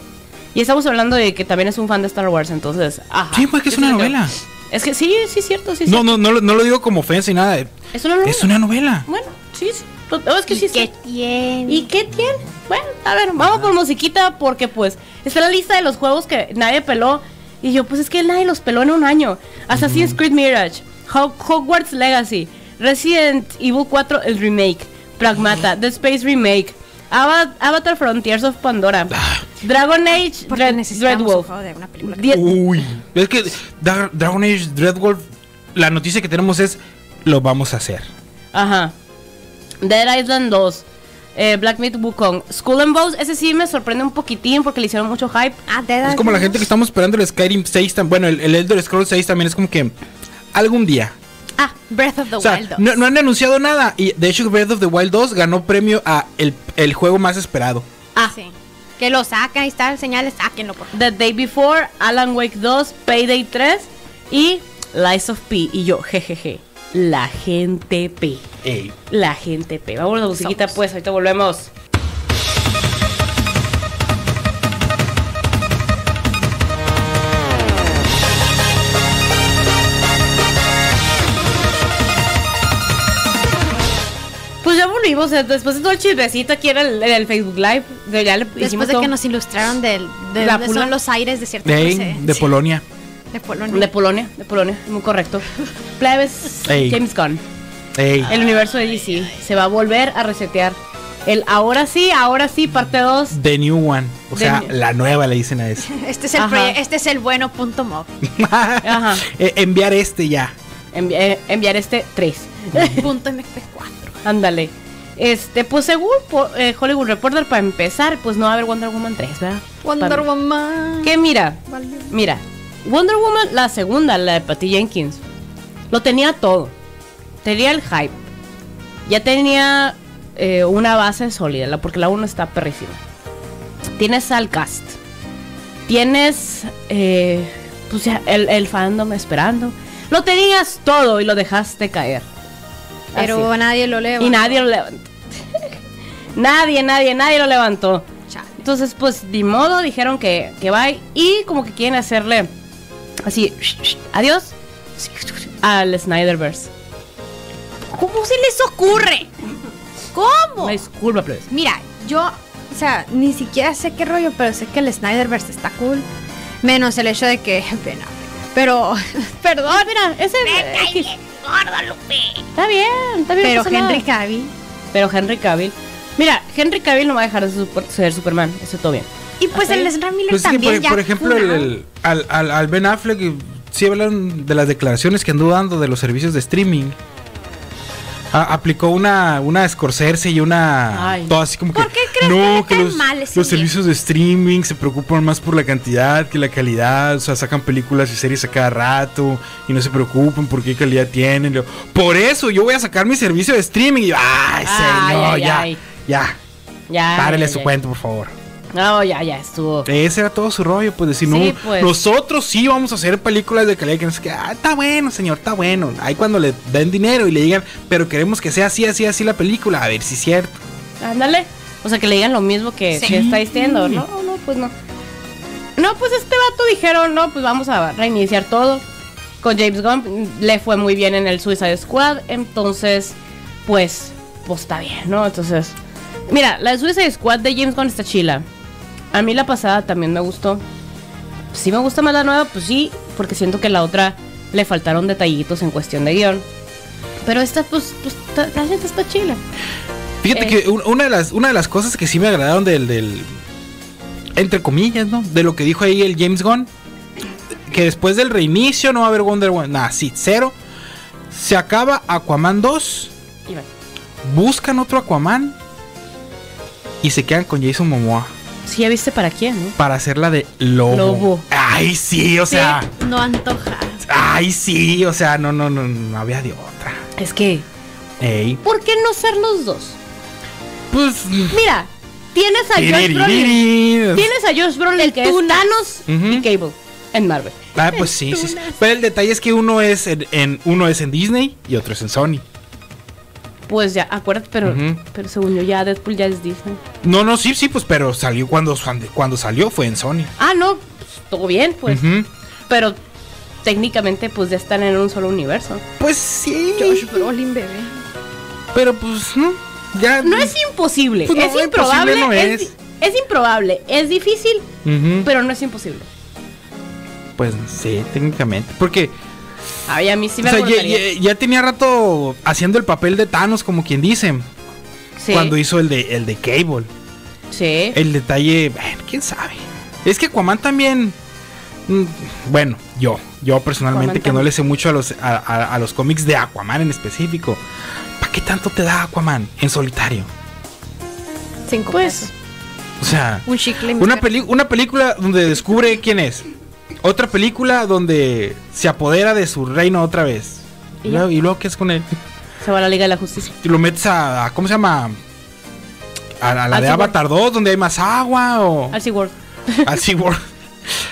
S1: Y estamos hablando de que también es un fan de Star Wars, entonces. Ajá.
S3: Sí, pues que es
S1: Yo
S3: una
S1: siento que-
S3: novela.
S1: Es que sí, sí es cierto, sí es
S3: No,
S1: cierto.
S3: no, no, lo- no lo digo como ofensa y nada. eh.
S1: Es
S2: Ah.
S1: una novela.
S3: Es una novela.
S1: Bueno, sí, sí. No, es que sí es cierto.
S2: tiene?
S1: ¿Y qué tiene? Bueno, a ver, vamos por musiquita porque pues está la lista de los juegos que nadie peló. Y yo, pues es que nadie los peló en un año. Assassin's Creed Mirage, Ho- Hogwarts Legacy, Resident Evil 4, el remake, Pragmata, The Space Remake, Ava- Avatar Frontiers of Pandora, Dragon Age
S2: Ah, Porque
S1: Dread,
S2: necesitamos un
S1: Dreadwolf.
S2: juego de una película.
S1: Die-
S3: Uy. Es que Dra- Dragon Age Dreadwolf, la noticia que tenemos es, lo vamos a hacer.
S1: Ajá. Dead Island 2. eh, Black Myth Wukong. School and Bones, ese sí me sorprende un poquitín porque le hicieron mucho hype.
S2: Ah, Dead
S3: Es
S2: Island
S3: como la gente que
S2: 2.
S3: estamos esperando el Skyrim 6, tam- bueno, el, el Elder Scrolls 6 también es como que algún día.
S2: Ah, Breath of the
S3: O sea,
S2: Wild 2.
S3: no, no han anunciado nada y de hecho Breath of the Wild 2 ganó premio a el, el juego más esperado.
S2: Ah, sí. Que lo sacan, ahí están señales, sáquenlo por favor.
S1: The Day Before, Alan Wake 2, Payday 3 y Lies of P. Y yo, jejeje. La gente P.
S3: Ey.
S1: La gente P. Vamos a la musiquita,
S2: Somos.
S1: pues, ahorita volvemos. Pues ya volvimos, eh, después de todo el chismecito aquí en el, en el Facebook Live. de- Ya le hicimos
S2: Después de
S1: todo-
S2: que nos ilustraron del, de
S1: La
S2: dónde
S1: pula.
S2: son los aires de cierta
S3: Ey,
S2: procedencia.
S3: de Polonia.
S2: De Polonia.
S1: De Polonia, de Polonia, muy correcto. Plebes,
S3: Ey.
S1: James Gunn.
S3: Ey.
S1: El universo de DC se va a volver a resetear. El ahora sí, ahora sí, parte 2.
S3: The New One. O
S1: The
S3: sea,
S1: New-
S3: la nueva le dicen a eso.
S2: Este es el
S1: Ajá.
S2: proye- este es el bueno punto mob.
S1: Ajá.
S3: Eh, enviar este ya.
S1: Envi- eh, enviar este 3.
S2: punto MP4.
S1: Ándale. Este, pues según po- eh, Hollywood Reporter, para empezar, pues no va a haber Wonder Woman 3, ¿verdad?
S2: Wonder
S1: Para-
S2: Woman.
S1: Que mira,
S2: Vale.
S1: mira, Wonder Woman, la segunda, la de Patty Jenkins, lo tenía todo. Tenía el hype. Ya tenía eh, una base sólida, la- porque la 1 está perrísima. Tienes al cast. Tienes, eh, pues ya, el, el fandom esperando. Lo tenías todo y lo dejaste caer.
S2: Pero
S1: Así.
S2: nadie lo lee.
S1: Ah, Y nadie lo levantó. nadie, nadie, nadie lo levantó.
S2: Chale.
S1: Entonces, pues, de modo, dijeron que, que bye. Y como que quieren hacerle así, sh- sh- adiós, al Snyderverse.
S2: ¿Cómo se les ocurre? ¿Cómo?
S1: Una disculpa, please.
S2: Mira, yo, o sea, ni siquiera sé qué rollo, pero sé que el Snyderverse está cool. Menos el hecho de que, Ben Affleck. Pero, perdón,
S1: Mira, ese. es que- Está bien, está bien. no
S2: pero
S1: pasa nada.
S2: Henry Cavill.
S1: Pero Henry Cavill. Mira, Henry Cavill no va a dejar de super- ser Superman. Eso todo bien.
S2: Y pues
S1: Ajá.
S2: el Ezra Miller
S3: Pues es que,
S2: también
S3: por,
S2: ya.
S3: por ejemplo, el-
S2: funado.
S3: el- al, al- al Ben Affleck, eh, sí hablan de las declaraciones que anduvo dando de los servicios de streaming. A- aplicó una, una a Scorsese y una.
S1: Ay.
S3: Todo así como
S2: ¿Por qué crees que le cae
S3: los,
S2: mal ese
S3: los
S2: viejo?
S3: servicios de streaming se preocupan más por la cantidad que la calidad. O sea, sacan películas y series a cada rato y no se preocupan por qué calidad tienen. Lo- Por eso yo voy a sacar mi servicio de streaming. Y yo, ay,
S1: Ay,
S3: señor,
S1: ay,
S3: ya,
S1: ay.
S3: ya.
S1: Ya.
S3: Párele
S1: ya,
S3: su
S1: ya.
S3: cuento, por favor.
S1: No, ya, ya estuvo.
S3: Ese era todo su rollo, pues decir,
S1: Sí,
S3: no,
S1: pues.
S3: nosotros sí vamos a hacer películas de calidad que no sé qué. Ah, está bueno, señor, está bueno. Ahí cuando le den dinero y le digan, pero queremos que sea así, así, así la película, a ver si es cierto.
S1: Ándale. O sea, que le digan lo mismo que,
S2: Sí.
S1: que está diciendo. No, no, pues no. No, pues este vato dijeron, no, pues vamos a reiniciar todo. Con James Gunn le fue muy bien en el Suicide Squad. Entonces, pues, pues está bien, ¿no? Entonces, mira, la de Suicide Squad de James Gunn está chila. A mí la pasada también me gustó. Si me gusta más la nueva, pues sí, porque siento que la otra le faltaron detallitos en cuestión de guión. Pero esta, pues, pues ta- la gente está chila.
S3: Fíjate
S1: Eh.
S3: que un- una de, las, una de las cosas que sí me agradaron del, del- Entre comillas, ¿no? De lo que dijo ahí el James Gunn. Que después del reinicio no va a haber Wonder Woman. Nah, sí, cero. Se acaba Aquaman 2.
S1: Y bueno.
S3: Buscan otro Aquaman. Y se quedan con Jason Momoa.
S1: Sí, ya viste para quién, ¿no?
S3: para hacer la de lobo.
S1: Lobo.
S3: Ay, sí, o sea.
S2: Sí, no antoja.
S3: Ay, sí, o sea, no, no, no, no había de otra.
S1: Es que,
S3: Ey.
S1: ¿por qué no ser los dos?
S3: Pues.
S1: Mira, tienes a Josh Brolin.
S3: tiriririris.
S1: Tienes a Josh Brolin,
S2: El
S1: que es
S2: Tunas.
S1: Thanos y
S3: Ujú.
S1: Cable en Marvel.
S3: Ah, pues sí, sí, sí. Pero el detalle es que uno es en, en- uno es en Disney y otro es en Sony.
S1: Pues ya, acuérdate, pero,
S3: Ujú.
S1: pero según yo ya Deadpool ya es Disney.
S3: No, no, sí, sí, pues, pero salió cuando, sal- cuando salió fue en Sony.
S1: Ah, no, pues, todo bien, pues.
S3: Ujú.
S1: Pero técnicamente pues ya están en un solo universo.
S3: Pues sí.
S2: Josh Brolin, bebé.
S3: Pero pues, ¿no? Ya.
S1: No es imposible,
S3: Pues no,
S1: es improbable.
S3: imposible no
S1: es.
S3: es.
S1: es improbable, es difícil,
S3: Ujú.
S1: pero no es imposible.
S3: Pues sí, técnicamente. Porque
S1: Ay, a mí sí me
S3: o sea, ya,
S1: gustaría.
S3: ya- ya tenía rato haciendo el papel de Thanos, como quien dice.
S1: Sí. Eh.
S3: cuando hizo el de el de Cable.
S1: Sí.
S3: El detalle, bueno, quién sabe. Es que Aquaman también. mm, Bueno, yo, yo personalmente
S1: Aquaman
S3: que no
S1: también.
S3: le sé mucho a los, a, a- a los cómics de Aquaman en específico. ¿Para qué tanto te da Aquaman en solitario?
S2: Cinco
S1: Pues,
S2: pues,
S3: O sea,
S2: Un chicle.
S3: una,
S2: mister.
S3: peli- una película donde descubre quién es. Otra película donde se apodera de su reino otra vez.
S1: ¿Y
S3: ¿Y luego, y luego qué es con él?
S1: se va a la Liga de la Justicia.
S3: Y lo metes a, a- ¿Cómo se llama? A, a la
S1: Al
S3: de
S1: SeaWorld.
S3: Avatar 2, donde hay más agua o.
S1: Al SeaWorld.
S3: al SeaWorld.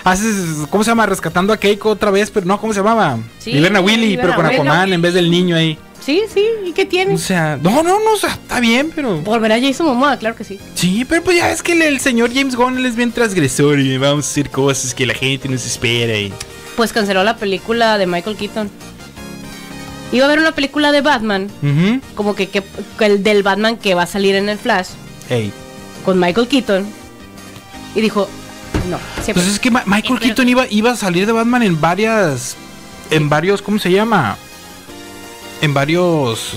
S3: Haces, ¿cómo se llama? Rescatando a Keiko otra vez, pero no, ¿cómo se llamaba?
S1: Sí,
S3: Liberna Willy,
S1: Liberna
S3: pero con
S1: Willy.
S3: Aquaman en vez del niño ahí.
S1: Sí, sí. ¿Y qué tiene?
S3: O sea, no, no, no, o sea, está bien, pero.
S1: Volverá Jason Momoa, claro que sí.
S3: Sí, pero pues ya es que el, el señor James Gunn él es bien transgresor y vamos a hacer cosas que la gente nos espera y.
S1: Pues canceló la película de Michael Keaton. Iba a haber una película de Batman,
S3: Ujú.
S1: como que, que- que el del Batman que va a salir en el Flash,
S3: Ey.
S1: con Michael Keaton. Y dijo, no, siempre.
S3: Pues es que Ma- Michael
S1: Espero-
S3: Keaton iba, iba a salir de Batman en varias. En varios, ¿cómo se llama? En varios.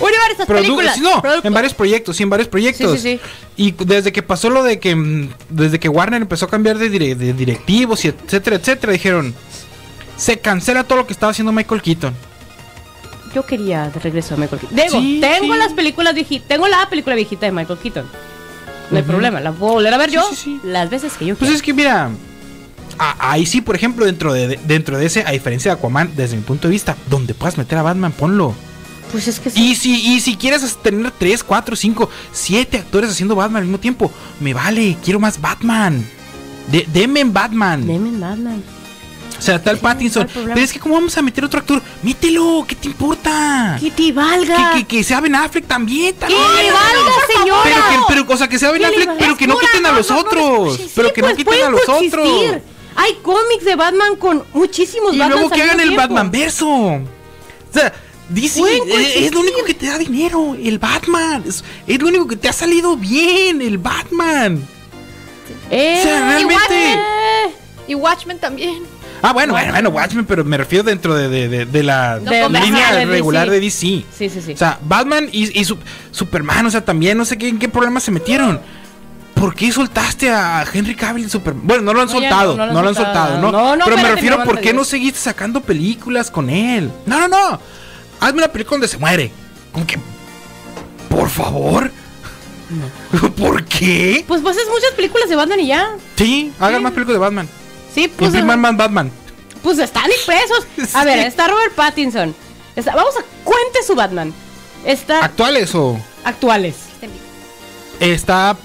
S1: Una de estas
S3: Produ-
S1: películas.
S3: sí, no,
S1: Producto.
S3: en varios proyectos, sí, en varios proyectos.
S1: Sí, sí, sí.
S3: Y desde que pasó lo de que mm, desde que Warner empezó a cambiar de, dire- de directivos y etcétera, etcétera, dijeron se cancela todo lo que estaba haciendo Michael Keaton.
S1: Yo quería de regreso a Michael Keaton. Digo,
S3: Sí,
S1: tengo
S3: sí.
S1: las películas viejitas. Tengo la película viejita de Michael Keaton. No hay
S3: Ujú.
S1: problema, la puedo volver a ver
S3: Sí,
S1: yo
S3: sí, sí.
S1: las veces que yo
S3: Pues
S1: quiera.
S3: es que mira, a- ahí sí, por ejemplo, dentro de, de- dentro de ese, a diferencia de Aquaman, desde mi punto de vista, donde puedas meter a Batman, ponlo.
S1: Pues es que sí.
S3: Y si, y si quieres tener 3, 4, 5, 7 actores haciendo Batman al mismo tiempo, me vale, quiero más Batman. De, deme en Batman.
S1: Deme Batman.
S3: Ah. O sea, tal Pattinson.
S1: ¿cuál problema?
S3: Pero es que, ¿cómo vamos a meter otro actor? Mételo, ¿qué te importa?
S1: Que te valga.
S3: Que, que, que sea Ben Affleck también.
S1: ¡Que
S3: también.
S1: le valga, señora!
S3: Pero que, pero, o sea, que sea Ben
S1: ¿Qué le
S3: Affleck,
S1: valga?
S3: pero que no
S1: Señora,
S3: quiten a los
S1: no, no, no,
S3: otros.
S1: sí,
S3: Pero que no
S1: pues,
S3: quiten a
S1: pueden
S3: los
S1: coexistir.
S3: otros.
S1: Hay cómics de Batman con muchísimos
S3: Y
S1: Batmans
S3: luego que
S1: al
S3: hagan el
S1: mismo tiempo.
S3: Batman verso. O sea, DC
S1: Pueden
S3: eh, es
S1: coexistir.
S3: lo único que te da dinero, el Batman. Es, es lo único que te ha salido bien, el Batman.
S1: Eh,
S3: O sea, realmente-
S1: igual, eh,
S3: em-
S2: Y Watchmen también.
S3: Ah, bueno, bueno, bueno, Watchmen, pero me refiero dentro de, de- de- de la
S1: No,
S2: como-
S3: línea
S1: ajá, de DC.
S3: regular de DC.
S1: Sí, sí, sí.
S3: O sea, Batman y, y su- Superman, o sea, también no sé qué, en qué problema se metieron. ¿Por qué soltaste a Henry Cavill en Superman? Bueno, no lo han
S1: No, ya
S3: soltado,
S1: no,
S3: no, lo han soltado, ¿no?
S1: No, no,
S3: Pero me
S1: espérate,
S3: refiero,
S1: no,
S3: ¿por
S1: no,
S3: qué
S1: no.
S3: no seguiste sacando películas con él? No, no, no. Hazme una película donde se muere. Como que. Por favor. ¿Por qué?
S1: pues pues es muchas películas de Batman y ya.
S3: Sí, hagan más películas de Batman.
S1: Sí, pues.
S3: Impriman más Batman.
S1: Pues están impresos. A
S3: Sí.
S1: ver, está Robert Pattinson. Está- vamos a cuente su Batman. Está
S3: ¿Actuales o.?
S1: actuales.
S3: Está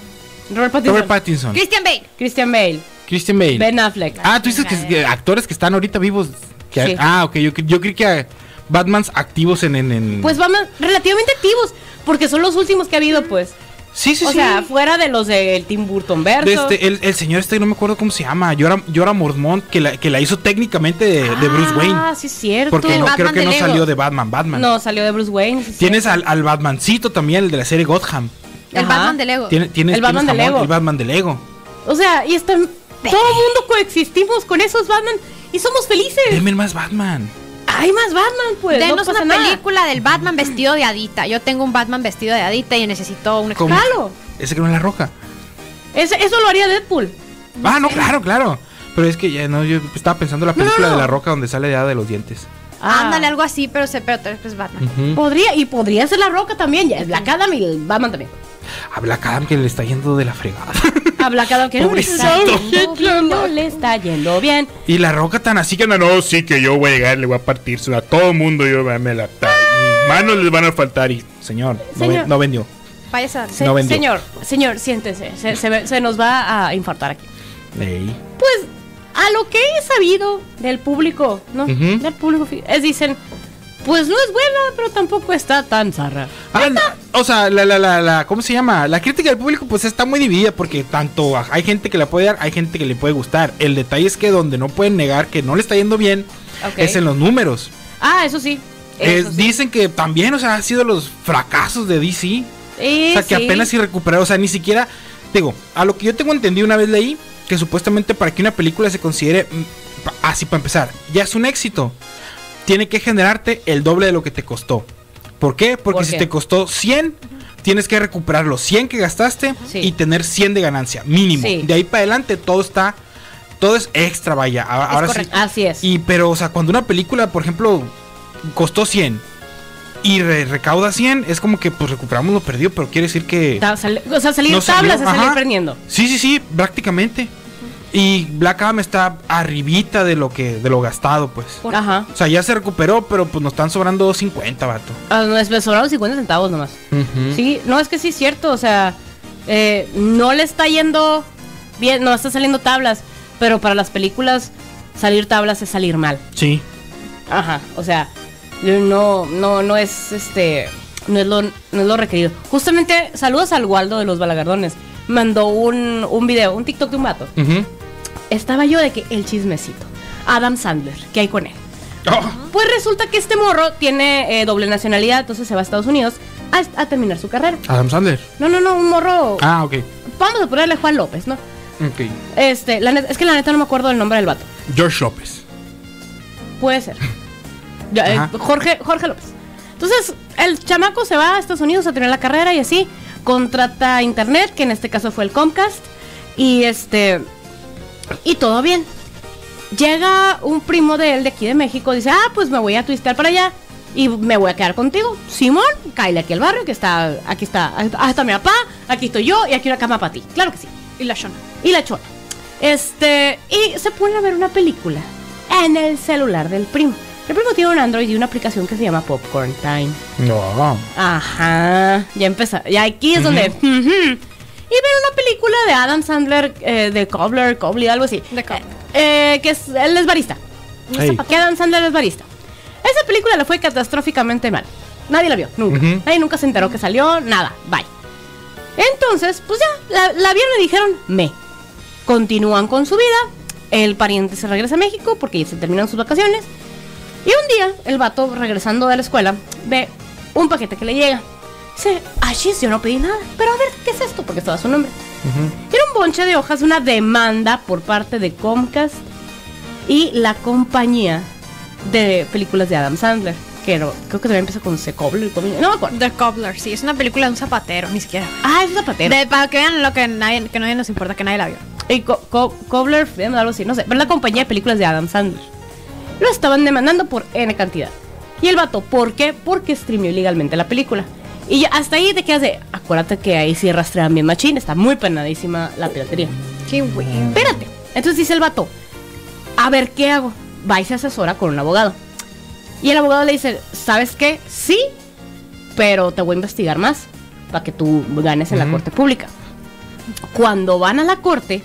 S1: Robert Pattinson.
S3: Robert Pattinson,
S2: Christian Bale.
S1: Christian Bale.
S3: Christian Bale.
S1: Ben Affleck.
S3: Ah, tú dices que, que actores que están ahorita vivos. que-
S1: Sí.
S3: Ah, ok, yo, cre- yo creí que ah, Batmans activos en. en, en-
S1: Pues Batman relativamente activos. Porque son los últimos que ha habido, pues.
S3: sí, sí,
S1: o
S3: sí.
S1: sea, fuera de los del Tim Burton verso.
S3: De este, el, el señor este, no me acuerdo cómo se llama, Llora, Llora Mormont, que la, que la hizo técnicamente de, eh, de Bruce
S1: Ah,
S3: Wayne.
S1: sí, es cierto.
S3: Porque
S2: el
S3: no,
S2: Batman
S3: creo que
S2: de
S3: no
S2: Lego.
S3: salió de Batman, Batman.
S1: No, salió de Bruce Wayne. sí, sí.
S3: Tienes al, al Batmancito también, el de la serie Gotham.
S2: El
S1: Ajá.
S2: Batman de Lego.
S3: Tiene- tienes,
S1: Oh, El Batman
S3: tienes
S1: de Lego.
S3: El Batman de Lego.
S1: O sea, y están. Todo el mundo coexistimos con esos Batman y somos felices.
S3: Deme más Batman.
S1: Hay más Batman, pues. no
S2: Denos
S1: pasa
S2: una
S1: nada.
S2: película del Batman vestido de Adita. Yo tengo un Batman vestido de Adita y necesito un
S3: Como-
S1: Claro.
S3: Ese que no es la roca.
S1: Ese- eso lo haría Deadpool.
S3: Ah, no, claro, claro. Pero es que ya no, yo estaba pensando en la película de la roca donde sale ya de los dientes.
S1: Ah.
S2: Ándale, algo así, pero se pero pues Batman.
S3: Ujú.
S1: Podría, y podría ser la roca también, ya es Black Adam y el Batman también.
S3: A Black Adam que le está yendo de la fregada.
S1: A Black Adam que no le está
S3: Pobrecito.
S1: yendo bien, no le está yendo bien.
S3: y la roca tan así que no, no, sí que yo voy a llegar, le voy a partir a todo mundo, yo me la mis manos les van a faltar y señor, no,
S1: Señor.
S3: ven- no vendió.
S2: Vaya
S1: Se-
S3: No vendió.
S1: señor, señor, siéntese, se, se ve- se nos va a infartar aquí.
S3: Ey.
S1: Pues, a lo que he sabido del público, ¿no?
S3: Ujú.
S1: Del público, fi- es dicen, pues no es buena, pero tampoco está tan zarra.
S3: Ah, no, o sea, la, la, la, la- ¿cómo se llama? La crítica del público pues está muy dividida porque tanto a- hay gente que la puede dar, hay gente que le puede gustar. El detalle es que donde no pueden negar que no le está yendo bien
S1: Ok.
S3: es en los números.
S1: Ah, eso sí.
S3: Es-
S1: eso sí.
S3: Dicen que también, o sea, han sido los fracasos de DC.
S1: Eh,
S3: O sea, que
S1: sí.
S3: apenas si recuperar, o sea, ni siquiera, digo, a lo que yo tengo entendido una vez leí, que supuestamente para que una película se considere, mm, pa- así para empezar, ya es un éxito, tiene que generarte el doble de lo que te costó. ¿Por qué? Porque
S1: ¿Por
S3: si
S1: qué?
S3: te costó 100, tienes que recuperar los 100 que gastaste
S1: Sí.
S3: y tener 100 de ganancia, mínimo.
S1: Sí.
S3: De ahí para adelante todo está, todo es extra, vaya. A- Ahora sí.
S1: correcto. Así es.
S3: Y pero, o sea, cuando una película, por ejemplo, costó 100 y re- recauda 100, es como que pues recuperamos lo perdido, pero quiere decir que...
S1: Ta- sal- o sea, salir
S3: No salió,
S1: tablas es salir
S3: ajá.
S1: aprendiendo.
S3: Sí, sí, sí, prácticamente. Y Black Adam está arribita de lo que de lo gastado, pues.
S1: Ajá.
S3: O sea, ya se recuperó, pero pues nos están sobrando 250, vato.
S1: Ah, no, es- me sobraron 50 centavos nomás. Sí, no, es que sí es cierto, o sea, eh, no le está yendo bien, no está saliendo tablas, pero para las películas salir tablas es salir mal.
S3: Sí.
S1: Ajá, o sea, no, no, no es este, no es lo, no es lo requerido. Justamente, saludos al Waldo de los Balagardones. Mandó un, un video, un TikTok de un vato.
S3: Ujú.
S1: Estaba yo de que el chismecito. Adam Sandler, ¿qué hay con él?
S3: Oh,
S1: Pues resulta que este morro tiene eh, doble nacionalidad, entonces se va a Estados Unidos a, a terminar su carrera.
S3: Adam Sandler.
S1: No, no, no, un morro.
S3: Ah, ok.
S1: Vamos a ponerle Juan López, ¿no?
S3: Ok.
S1: Este, la neta- es que la neta no me acuerdo del nombre del vato.
S3: George López.
S1: Puede ser. Ya, eh,
S3: Ajá.
S1: Jorge, Jorge López. Entonces, el chamaco se va a Estados Unidos a tener la carrera y así. Contrata internet, que en este caso fue el Comcast. Y este. Y todo bien. Llega un primo de él de aquí de México. Dice: Ah, pues me voy a twistear para allá. Y me voy a quedar contigo. Simón, cállate aquí al barrio, que está. Aquí está. Hasta mi papá. Aquí estoy yo. Y aquí una cama para ti. Claro que sí.
S2: Y la Shona.
S1: y la chona. Este, y se ponen a ver una película en el celular del primo. El primo tiene un Android y una aplicación que se llama Popcorn Time.
S3: No.
S1: Ajá, ya empezó. Y aquí es donde. ujú. Y ver una película de Adam Sandler, eh, de Cobbler, Cobley, algo así.
S2: De Cobb.
S1: Eh, eh, que es, él es barista.
S3: Ey.
S1: Que Adam Sandler es barista. Esa película le fue catastróficamente mal. Nadie la vio, nunca.
S3: Ujú.
S1: Nadie nunca se enteró que salió, nada, bye. Entonces, pues ya, la, la vieron y dijeron, me. Continúan con su vida. El pariente se regresa a México porque ya se terminan sus vacaciones. Y un día, el vato, regresando de la escuela, ve un paquete que le llega. Dice, ah, shit, yo no pedí nada. Pero a ver, ¿qué es esto? Porque estaba su nombre. Era un bonche de hojas, una demanda por parte de Comcast y la compañía de películas de Adam Sandler. Que era- creo que también empieza con Secoble. No me acuerdo.
S2: The Cobbler, sí, es una película de un zapatero, ni siquiera.
S1: Ah, es un zapatero.
S2: De- para que vean lo que nadie, que nadie nos importa, que nadie la vio.
S1: Y Co- Co- Cobbler Film, algo así, no sé. Pero la compañía de películas de Adam Sandler. Lo estaban demandando por N cantidad. Y el vato, ¿por qué? Porque streamió ilegalmente la película. Y ya hasta ahí te quedas de. Acuérdate que ahí sí rastrean bien machín. Está muy penadísima la piratería.
S2: Qué bueno.
S1: Espérate. Entonces dice el vato, a ver qué hago. Va y se asesora con un abogado. Y el abogado le dice, ¿sabes qué? Sí, pero te voy a investigar más para que tú ganes en la
S3: Ujú.
S1: corte pública. Cuando van a la corte,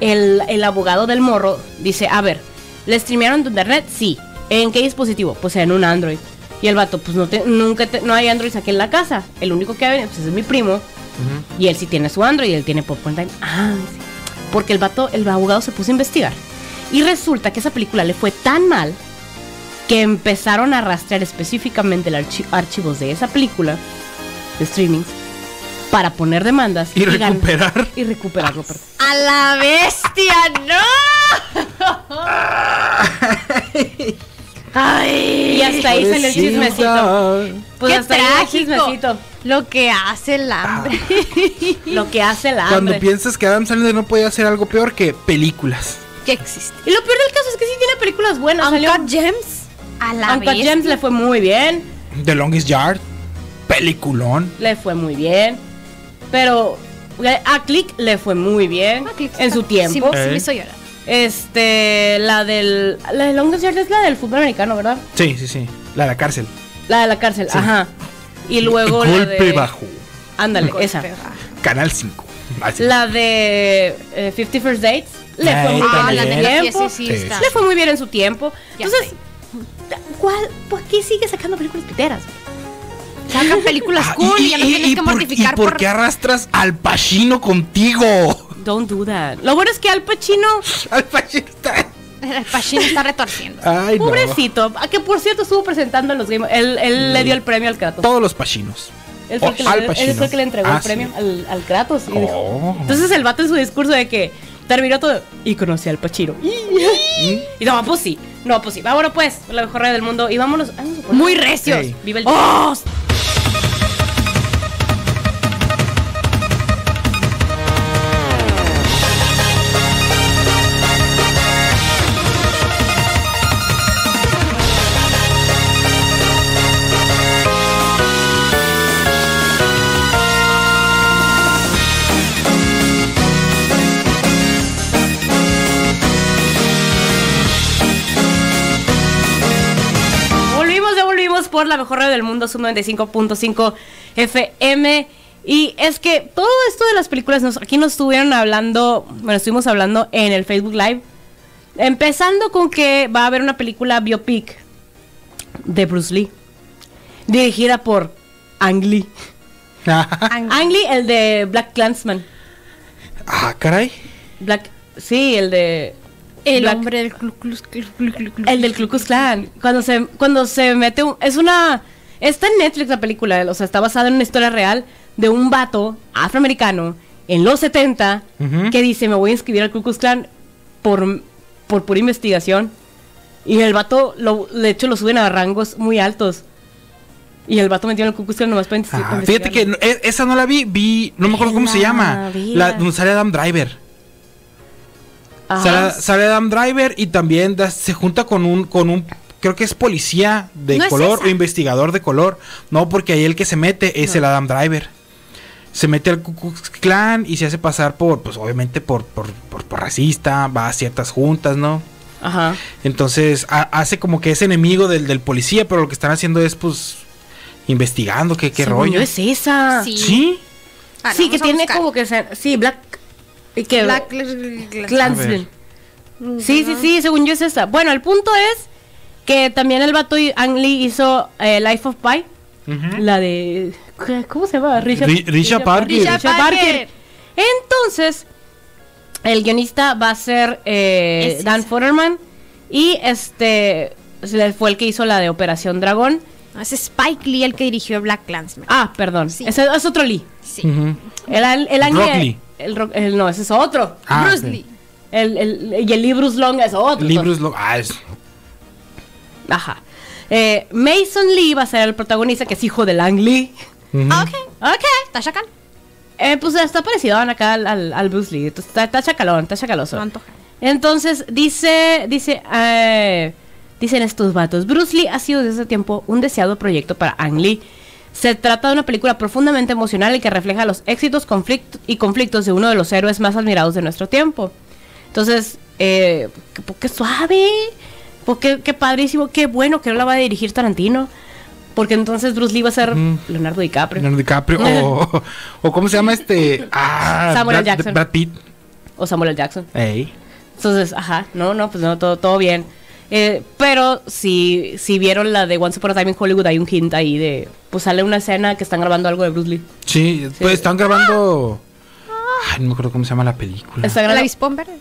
S1: el, el abogado del morro dice, a ver, ¿le streamearon en tu internet? Sí. ¿En qué dispositivo? Pues en un Android. Y el vato, pues no te- nunca te- no hay Android aquí en la casa. El único que hay pues, es mi primo. Y él sí tiene su Android y él tiene Popcorn Time. Ah, sí. Porque el vato, el abogado se puso a investigar. Y resulta que esa película le fue tan mal que empezaron a rastrear específicamente los archivos de esa película, de streamings, para poner demandas
S3: Y
S1: gan-
S3: recuperar.
S1: y recuperarlo. perdón.
S2: ¡A la bestia! ¡No! ¡Ay!
S1: Y hasta ahí salió el chismecito. Pues
S2: ¡Qué
S1: hasta ahí el
S2: trágico!
S1: chismecito.
S2: Lo que hace el hambre.
S1: Lo que hace la
S3: Cuando
S1: hambre.
S3: piensas que Adam Sandler no podía hacer algo peor que películas.
S2: Que existe.
S1: Y lo peor del caso es que sí tiene películas buenas. salió-
S2: Uncut Gems. A la
S1: Uncut
S2: bestia.
S1: Gems le fue muy bien.
S3: The Longest Yard. Peliculón.
S1: le fue muy bien. Pero eh, a Click le fue muy bien
S2: Ah, clic,
S1: en
S2: está.
S1: su
S2: Sí,
S1: tiempo.
S2: sí
S3: Eh.
S2: me hizo llorar.
S1: Este, la del. La de Longest Yard es la del fútbol americano, ¿verdad?
S3: Sí, sí, sí. La de la cárcel.
S1: La de la cárcel, ajá. Y luego la
S3: Golpe
S1: de.
S3: bajo.
S1: Ándale,
S2: Golpe
S1: esa.
S2: bajo.
S3: Canal 5. Así.
S1: La de eh, 50 First Dates le
S3: Ah,
S1: fue muy bien.
S3: esa
S2: Ah,
S1: en
S2: la
S1: su
S3: también.
S2: de
S1: tiempo.
S2: sí,
S3: Sí,
S2: sí, está.
S1: Le fue muy bien en su tiempo.
S2: Ya
S1: Entonces,
S2: sé.
S1: ¿cuál, ¿por qué sigue sacando películas piteras?
S2: Sacan películas
S3: Ah,
S2: cool y, ya no tienes que
S3: por,
S2: mortificar
S3: ¿Y por qué arrastras al Pacino contigo?
S1: Don't do that. Lo bueno es que Al Pacino
S3: Al Pacino está.
S2: El Pachino está retorciendo.
S3: Ay, no.
S1: Pobrecito, a que por cierto estuvo presentando en los Game Él, él le dio el premio al Kratos.
S3: Todos los Pacinos.
S1: Él fue, el que,
S3: Oh, Al
S1: le, él fue el que le entregó
S3: Pacino.
S1: el premio al, al Kratos. y dijo-
S3: Oh.
S1: Entonces el vato en su discurso de que terminó todo y conocí al Pachiro. Y no, pues sí, no, pues sí. Vámonos pues, la mejor radio del
S3: ¡Oh!
S1: mundo y vámonos. vámonos a poner-
S2: Muy recios.
S3: Ey.
S1: Viva el-
S2: ¡Oh!
S1: por la mejor radio del mundo, Sub 95.5 FM. Y es que todo esto de las películas, nos, aquí nos estuvieron hablando, bueno, estuvimos hablando en el Facebook Live. Empezando con que va a haber una película biopic de Bruce Lee, dirigida por Ang Lee. Ang Lee, el de Black Clansman.
S3: ah, caray.
S1: Black, sí, el de
S2: El
S1: Black-
S2: hombre del Ku Klux- Ku Klux- Ku Klux-
S1: El del Ku Klux Klan. Cuando se, cuando se mete un... Es una... Está en Netflix la película, o sea, está basada en una historia real de un vato afroamericano en los 70
S3: Ujú.
S1: que dice, me voy a inscribir al Ku Klux Klan por, por pura investigación. Y el vato, lo, de hecho, lo suben a rangos muy altos. Y el vato metió en el Ku Klux Klan nomás para inves-
S3: Ah,
S1: investigar.
S3: fíjate que no- e- esa no la vi, vi, no me acuerdo cómo se
S1: La
S3: llama.
S1: vida.
S3: La donde sale Adam Driver.
S1: Ajá.
S3: Sale, sale Adam Driver y también da- se junta con un, con un, creo que es policía de
S2: No es
S3: color
S2: esa.
S3: o investigador de color. No, porque ahí el que se mete es el Adam Driver. Se mete al Ku Klux Klan y se hace pasar por, pues obviamente por, por, por- por racista, va a ciertas juntas, ¿no?
S1: Ajá.
S3: Entonces ha- hace como que es enemigo del, del policía, pero lo que están haciendo es pues investigando qué, qué
S1: Según
S3: rollo.
S1: yo es esa.
S2: Sí.
S3: ¿Sí?
S2: Ah, no,
S1: sí, que
S2: vamos a
S1: tiene
S2: buscar.
S1: como que... se- Sí, Black... y que-
S2: Black Mm. Klux- Klux-
S3: A ver.
S1: Clansman. Sí, sí, sí, según yo es esa. Bueno, el punto es que también el vato y- Ang Lee hizo eh, Life of Pi,
S2: Ah.
S1: la de... ¿Cómo se llama?
S3: Ri- Risha Parker.
S1: Risha
S2: Risha
S1: Parker.
S2: Parker.
S1: Entonces, el guionista va a ser eh,
S2: Es
S1: Dan
S2: esa.
S1: Futterman y este se- fue el que hizo la de Operación Dragón.
S2: No, Ah, es Spike Lee el que dirigió Black Clansman.
S1: Ah, perdón,
S2: Sí.
S1: ese es otro Lee.
S2: sí.
S3: Ujú.
S1: El, el, el Ang
S3: Rock
S1: Lee-
S3: Lee.
S1: el Rock- el- no, ese es otro.
S3: Ah,
S2: Bruce
S3: ok.
S2: Lee.
S1: El, el- y el Lee Bruce Long es otro.
S3: Libros lo- ah, es-
S1: Ajá. Eh, Mason Lee va a ser el protagonista, que es hijo de Lang Lee.
S3: Ujú.
S2: Ah, ok.
S1: Ok.
S2: Tasha Khan.
S1: Eh, pues está parecido acá al, al, al Bruce Lee. Entonces, Está, está chacalón, está chacaloso.
S2: No antoja.
S1: Entonces, dice, dice, eh, dicen estos vatos, Bruce Lee ha sido desde hace tiempo un deseado proyecto para Ang Lee. Se trata de una película profundamente emocional y que refleja los éxitos conflicto- y conflictos de uno de los héroes más admirados de nuestro tiempo. Entonces, eh, qué, qué suave, porque qué padrísimo, qué bueno que no la va a dirigir Tarantino, porque entonces Bruce Lee va a ser
S3: Ujú.
S1: Leonardo DiCaprio
S3: Leonardo DiCaprio o, o cómo se llama este ah,
S1: Samuel L.
S3: Brad,
S1: Jackson.
S3: Brad Pitt.
S1: o Samuel L. Jackson.
S3: Ey.
S1: Entonces, ajá, no, no, pues no, todo, todo bien. Eh, pero si, si vieron la de Once Upon a Time in Hollywood, hay un hint ahí de. Pues sale una escena que están grabando algo de Bruce Lee.
S3: Sí, pues están grabando
S1: Ah.
S3: Ay, no me acuerdo cómo se llama la película.
S1: Está
S2: ¿El
S1: grabando-
S2: avispón verde?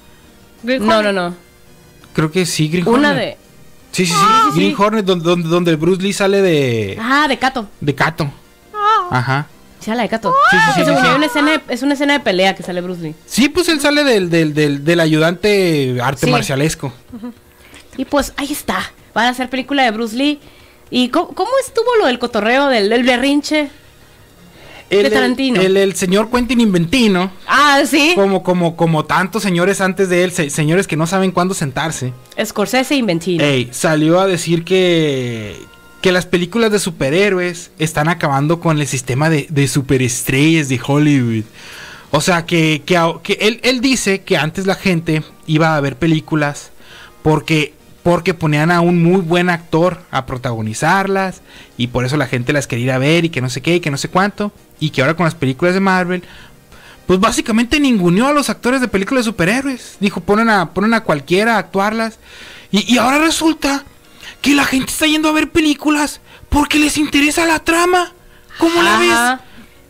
S2: Green
S1: No, no,
S2: Hornet.
S1: no.
S3: Creo que sí, Green
S1: Una de.
S3: Hornet. Sí, sí, sí, Green Hornet donde, donde, donde Bruce Lee sale de
S1: Ah, de Cato.
S3: de Cato.
S1: Ah.
S3: Ajá.
S1: Sí, la de Cato.
S3: Sí, sí, sí,
S1: Que
S3: sí,
S1: según
S3: sí.
S1: yo hay una escena de- es una escena de pelea que sale Bruce Lee.
S3: Sí, pues él sale del, del, del, del ayudante arte
S1: Sí.
S3: marcialesco.
S1: Y pues ahí está. Van a hacer película de Bruce Lee. ¿Y cómo, cómo estuvo lo del cotorreo, del, del berrinche?
S3: El,
S1: De Tarantino.
S3: El, el señor Quentin Inventino,
S1: Ah, sí.
S3: como, como, como tantos señores antes de él, se- señores que no saben cuándo sentarse.
S1: Scorsese Inventino.
S3: Ey, salió a decir que, que las películas de superhéroes están acabando con el sistema de, de superestrellas de Hollywood. O sea, que, que, a- que él, él dice que antes la gente iba a ver películas porque, porque ponían a un muy buen actor a protagonizarlas y por eso la gente las quería ir a ver y que no sé qué y que no sé cuánto. Y que ahora con las películas de Marvel, pues básicamente ninguneó a los actores de películas de superhéroes. Dijo, ponen a, ponen a cualquiera a actuarlas. Y, y ahora resulta que la gente está yendo a ver películas porque les interesa la trama. ¿Cómo la
S1: Ajá.
S3: ves?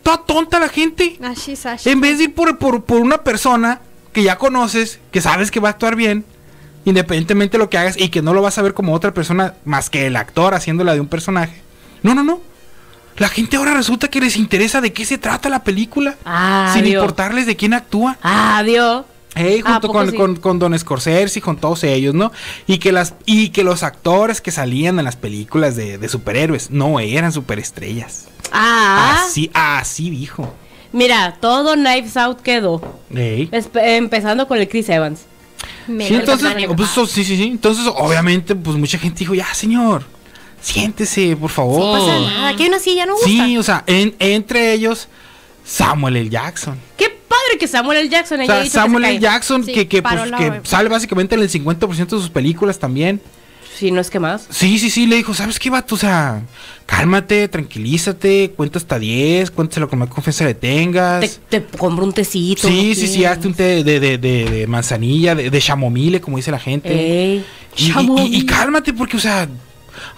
S3: Toda tonta la gente.
S2: Así es, así.
S3: En vez de ir por, por, por una persona que ya conoces, que sabes que va a actuar bien, independientemente de lo que hagas, y que no lo vas a ver como otra persona más que el actor haciéndola de un personaje. No, no, no. La gente ahora resulta que les interesa de qué se trata la película.
S1: Ah,
S3: sin
S1: Dios.
S3: importarles de quién actúa.
S1: Ah, Dios.
S3: Ey,
S1: ¿A
S3: junto
S1: poco
S3: con,
S1: sí?
S3: con- con Don Scorsese y con todos ellos, ¿no? Y que, las, y que los actores que salían en las películas de, de superhéroes no eran superestrellas.
S1: Ah.
S3: Así, así dijo.
S1: Mira, todo Knives Out quedó.
S3: Ey.
S1: Espe- Empezando con el Chris Evans.
S2: Me
S3: Sí,
S2: encanta
S3: entonces,
S2: el
S3: oh, pues,
S2: animal.
S3: oh, sí, sí, sí. Entonces, obviamente, pues mucha gente dijo, ya, señor, siéntese, por favor.
S1: No pasa nada, aquí hay una silla, no gusta.
S3: Oh. Sí, o sea, en- entre ellos, Samuel L. Jackson.
S1: Qué padre que Samuel L. Jackson
S3: O
S1: haya
S3: sea,
S1: dicho que se
S3: Samuel L.
S1: cae.
S3: Jackson,
S2: Sí,
S3: que, que, pues,
S2: paró la
S3: que
S2: web.
S3: sale básicamente en el 50% de sus películas también.
S1: si no es que más.
S3: Sí, sí, sí, le dijo, ¿sabes qué, vato? O sea, cálmate, tranquilízate, cuenta hasta 10, cuéntaselo con más confianza le tengas.
S1: Te, te compro un tecito.
S3: sí,
S1: ¿no
S3: sí, sí,
S1: quieres?
S3: hazte un té de, de, de- de manzanilla, de, de chamomile, como dice la gente.
S1: Ey.
S3: Y- y, y- y
S1: Chamomile.
S3: cálmate, porque, o sea,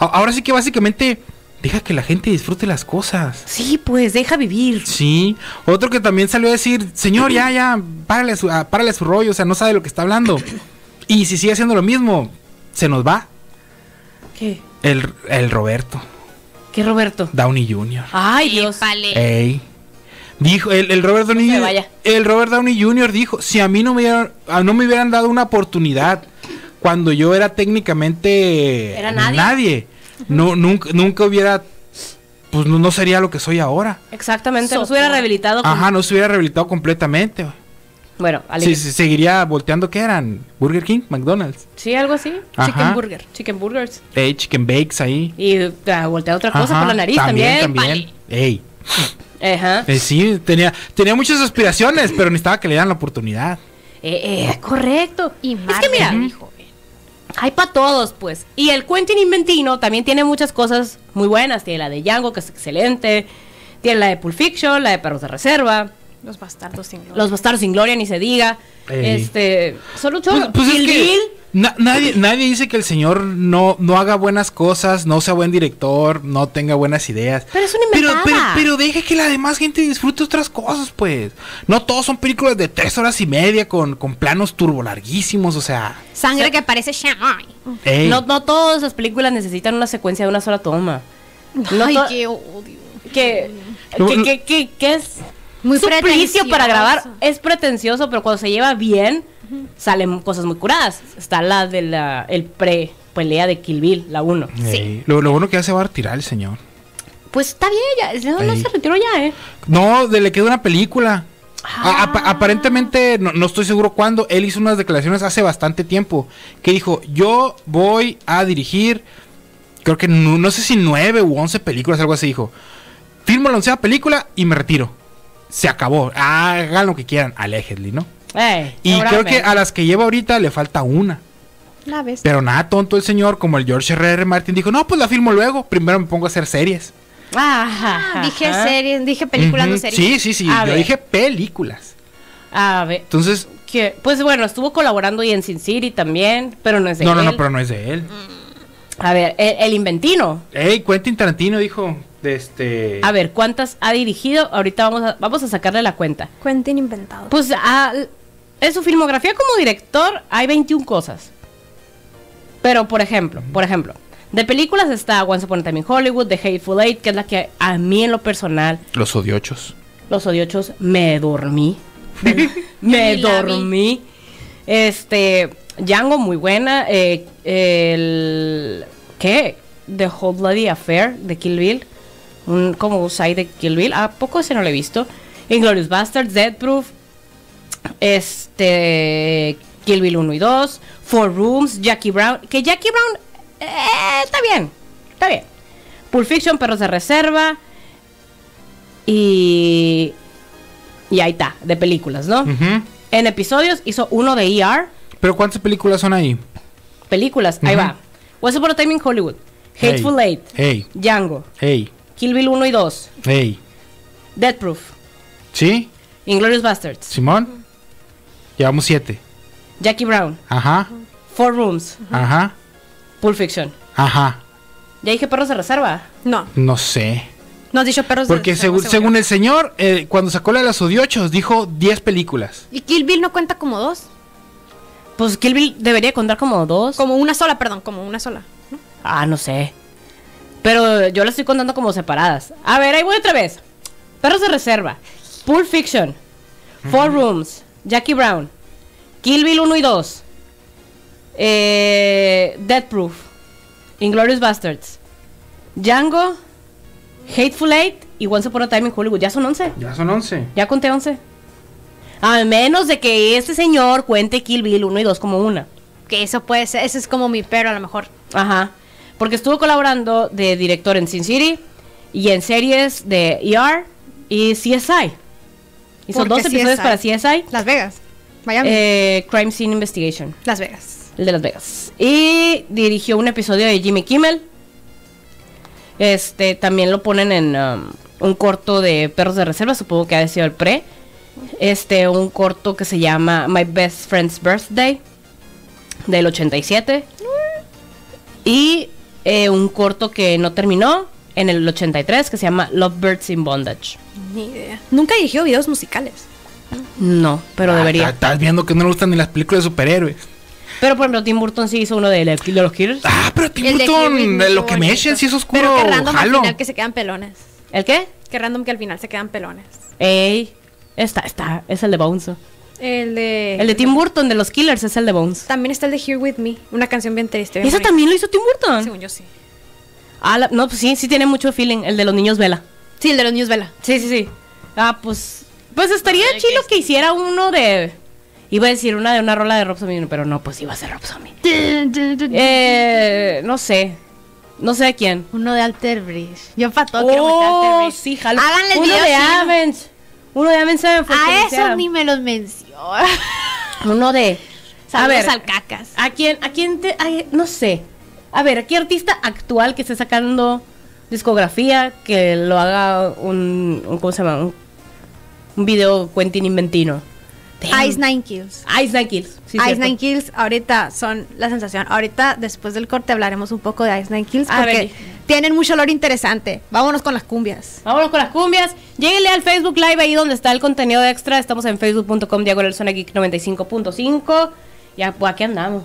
S3: a- ahora sí que básicamente deja que la gente disfrute las cosas.
S1: Sí, pues, deja vivir.
S3: Sí, otro que también salió a decir, señor, ya, ya, párale a su, a- párale a su rollo, o sea, no sabe lo que está hablando. Y si sigue haciendo lo mismo, se nos va
S1: ¿Qué?
S3: el, el Roberto
S1: ¿Qué, Roberto?
S3: Downey Jr.
S1: Ay, Dios.
S3: Ey. Dijo, el, el Robert Downey
S1: se
S3: Jr.
S1: vaya.
S3: El Robert Downey Jr. dijo, si a mí no me hubieran, a- no me hubieran dado una oportunidad cuando yo era técnicamente
S1: Era nadie.
S3: no, nunca, nunca hubiera, pues no, no sería lo que soy ahora.
S1: Exactamente, nos
S2: Sopor.
S1: hubiera rehabilitado. con-
S3: Ajá, no se hubiera rehabilitado completamente.
S1: Bueno,
S3: Sí,
S1: alegría.
S3: sí, seguiría volteando, ¿qué eran? Burger King, McDonald's,
S1: Sí, algo así.
S3: Ajá.
S1: Chicken burger. Chicken burgers.
S3: eh, Chicken Bakes ahí.
S1: Y ah, voltea otra cosa
S3: Ajá,
S1: por la nariz también.
S3: Ey,
S1: vale. Ajá.
S3: eh, sí, tenía, tenía muchas aspiraciones, pero necesitaba que le dieran la oportunidad.
S1: Eh, eh, correcto.
S2: Y
S1: es que mira,
S2: eh,
S1: hay para todos, pues. Y el Quentin Inventino también tiene muchas cosas muy buenas. Tiene la de Django, que es excelente. Tiene la de Pulp Fiction, la de Perros de Reserva.
S2: Los bastardos sin gloria.
S1: Los Bastardos sin Gloria, ni se diga.
S3: Ey.
S1: Este. Solo un
S3: Pues,
S1: chorro.
S3: pues es
S1: Kill
S3: que
S1: Bill.
S3: na- nadie, nadie dice que el señor no, no haga buenas cosas, no sea buen director, no tenga buenas ideas.
S1: Pero es una
S3: Pero,
S1: inventada.
S3: pero, pero deje que la demás gente disfrute otras cosas, pues. No todos son películas de tres horas y media con, con planos turbo larguísimos, o sea.
S2: Sangre que parece Shanghai.
S3: ey.
S1: No, no todas las películas necesitan una secuencia de una sola toma. No
S2: Ay,
S1: to-
S2: qué odio.
S1: que,
S3: No,
S1: que,
S3: no.
S1: que, que- que es
S2: Muy
S1: suplicio
S2: pretencioso.
S1: para grabar. Es pretencioso, pero cuando se lleva bien, salen cosas muy curadas. Está la de la el pre pelea de Kill Bill, la 1.
S3: Ey, Lo, lo bueno que ya se va a retirar el señor.
S1: Pues está bien, ya, es- no, no
S3: Ey.
S1: se retiró ya, ¿eh?
S3: No, de- le quedó una película. A- apa- aparentemente, no, no estoy seguro cuándo, él hizo unas declaraciones hace bastante tiempo que dijo, yo voy a dirigir, creo que no, no sé si nueve u once películas, algo así dijo. Firmo la oncea película y me retiro. Se acabó. Hagan lo que quieran, aléjenle, ¿no?
S1: Ey,
S3: Y creo que
S1: seguramente.
S3: a las que lleva ahorita le falta una.
S2: La bestia.
S3: Pero nada, tonto el señor, como el George R.R. Martin dijo, no, pues la firmo luego, primero me pongo a hacer series.
S1: Ajá,
S2: Ah, dije
S1: ajá.
S2: series, dije películas, no
S3: Ujú.
S2: series.
S3: Sí, sí, sí,
S1: A
S3: yo
S1: ver.
S3: dije películas.
S1: A ver,
S3: Entonces,
S1: que- pues bueno, estuvo colaborando y en Sin City también, pero no es de
S3: no, no,
S1: él.
S3: no, pero no es de él.
S1: A ver, e, el- el Inventino.
S3: Ey, Quentin Tarantino dijo, de este...
S1: A ver, ¿cuántas ha dirigido? Ahorita vamos a, vamos a sacarle la cuenta.
S2: Quentin inventado.
S1: Pues ah, en su filmografía como director hay 21 cosas. Pero, por ejemplo, por ejemplo, de películas está Once Upon a Time in Hollywood, The Hateful Eight, que es la que a mí en lo personal,
S3: Los odiochos.
S1: Los Odiochos, me dormí. me
S2: Ni la vi.
S1: dormí. Este, Django, muy buena. eh, el, ¿Qué? The Whole Bloody Affair de Kill Bill. Un, como un side de Kill Bill. ¿A poco ese no lo he visto? Inglorious Bastards, Dead Proof. Este, Kill Bill 1 y 2. Four Rooms, Jackie Brown. Que Jackie Brown eh, está bien. Está bien. Pulp Fiction, Perros de Reserva. Y. Y ahí está, de películas, ¿no?
S3: Mm.
S1: En episodios hizo uno de ER,
S3: Pero ¿cuántas películas son ahí?
S1: películas, ahí
S3: Ujú.
S1: va. What's Upon a Time in Hollywood, Hateful
S3: Hey,
S1: Eight,
S3: hey.
S1: Django,
S3: Ey,
S1: Kill Bill 1 y 2,
S3: ey.
S1: Death Proof,
S3: ¿Sí?
S1: Inglorious Bastards,
S3: ¿Simón? Llevamos siete.
S1: Jackie Brown,
S3: Ajá,
S1: Four Rooms,
S3: ajá,
S1: Pulp Fiction.
S3: ajá.
S1: Ya dije perros de reserva.
S2: No,
S3: No sé.
S2: no has dicho perros de
S3: Porque
S2: reserva,
S3: según, según
S2: Pues, yo.
S3: el señor, eh, cuando sacó la de los odiochos, dijo 10 películas.
S2: ¿Y Kill Bill no cuenta como dos?
S1: Pues Kill Bill debería contar como dos.
S2: Como una sola, perdón, como una sola. ¿no?
S1: Ah, no sé. Pero yo las estoy contando como separadas. A ver, ahí voy otra vez. Perros de reserva. Pulp Fiction. Four Rooms. Jackie Brown. Kill Bill 1 y 2. Eh, Death Proof. Inglorious Bastards. Django. Hateful Eight. Y Once Upon a Time in Hollywood. Ya son 11.
S3: Ya son 11.
S1: Ya conté 11. A menos de que este señor cuente Kill Bill 1 y 2 como una.
S2: Que eso puede ser, ese es como mi pero a lo mejor.
S1: Ajá. Porque estuvo colaborando de director en Sin City y en series de ER y CSI. Hizo
S2: Porque
S1: dos episodios
S2: CSI.
S1: para CSI.
S2: Las Vegas. Miami.
S1: eh, Crime Scene Investigation.
S2: Las Vegas.
S1: El de Las Vegas. Y dirigió un episodio de Jimmy Kimmel. Este, también lo ponen en um, un corto de Perros de Reserva, supongo que ha sido el pre. Este, un corto que se llama My Best Friend's Birthday, del 87. Y eh, un corto que no terminó, en el 83, que se llama Lovebirds in Bondage.
S2: Ni idea. Nunca dirigió videos musicales.
S1: No, pero
S3: Ah,
S1: debería.
S3: ta- Estás viendo que no le gustan ni las películas de superhéroes.
S1: Pero por ejemplo, Tim Burton sí hizo uno de, la- de los Killers.
S3: Ah, pero Tim
S2: El de Kill
S3: Burton,
S2: Bill
S3: de
S2: muy
S3: lo que me
S2: bonito.
S3: echen, si es oscuro,
S2: Pero que random al
S3: jalo.
S2: final que se quedan pelones.
S1: ¿El qué?
S2: Que random que al final se quedan pelones.
S1: Ey, está, está, es el de Bones.
S2: El de.
S1: El de Tim Burton de los Killers es el de Bones.
S2: También está el de Here With Me, una canción bien triste. bien
S1: ¿Eso
S2: bonita.
S1: también lo hizo Tim Burton?
S2: Según yo sí.
S1: Ah, la- no, pues sí, sí tiene mucho feeling, el de los niños Vela.
S2: Sí, el de los News Vela.
S1: Sí, sí, sí. Ah, pues, pues estaría
S2: Ay,
S1: chido
S2: qué-
S1: que hiciera uno de... Iba a decir una de una rola de Rob Zombie, pero no, pues iba a ser Rob Zombie. Eh, no sé, no sé a quién.
S2: Uno de Alter Bridge. Yo para todo quiero meter Alter
S1: Oh,
S2: Bridge.
S1: sí, jalo.
S2: Háganle el
S1: Uno
S2: video
S1: de
S2: chino.
S1: Avenge. Uno de Avenge se me fue que lo
S2: A eso
S1: hicieron.
S2: ni me los menciona.
S1: Uno de.
S2: A ver.
S1: ver.
S2: al cacas.
S1: ¿A quién, a quién te.? ay, no sé. A ver, ¿a qué artista actual que esté sacando discografía que lo haga un. un- ¿Cómo se llama? Un, un video Quentin Inventino. Damn.
S2: Ice Nine Kills.
S1: Ice Nine Kills. sí,
S2: Ice
S1: cierto.
S2: Nine Kills ahorita son la sensación. Ahorita después del corte hablaremos un poco de Ice Nine Kills
S1: A ver.
S2: porque tienen mucho olor interesante. Vámonos con las cumbias.
S1: Vámonos con las cumbias. Lléguenle al Facebook Live ahí donde está el contenido extra. Estamos en facebook.com diagonal zona geek 95.5. Ya, pues aquí andamos.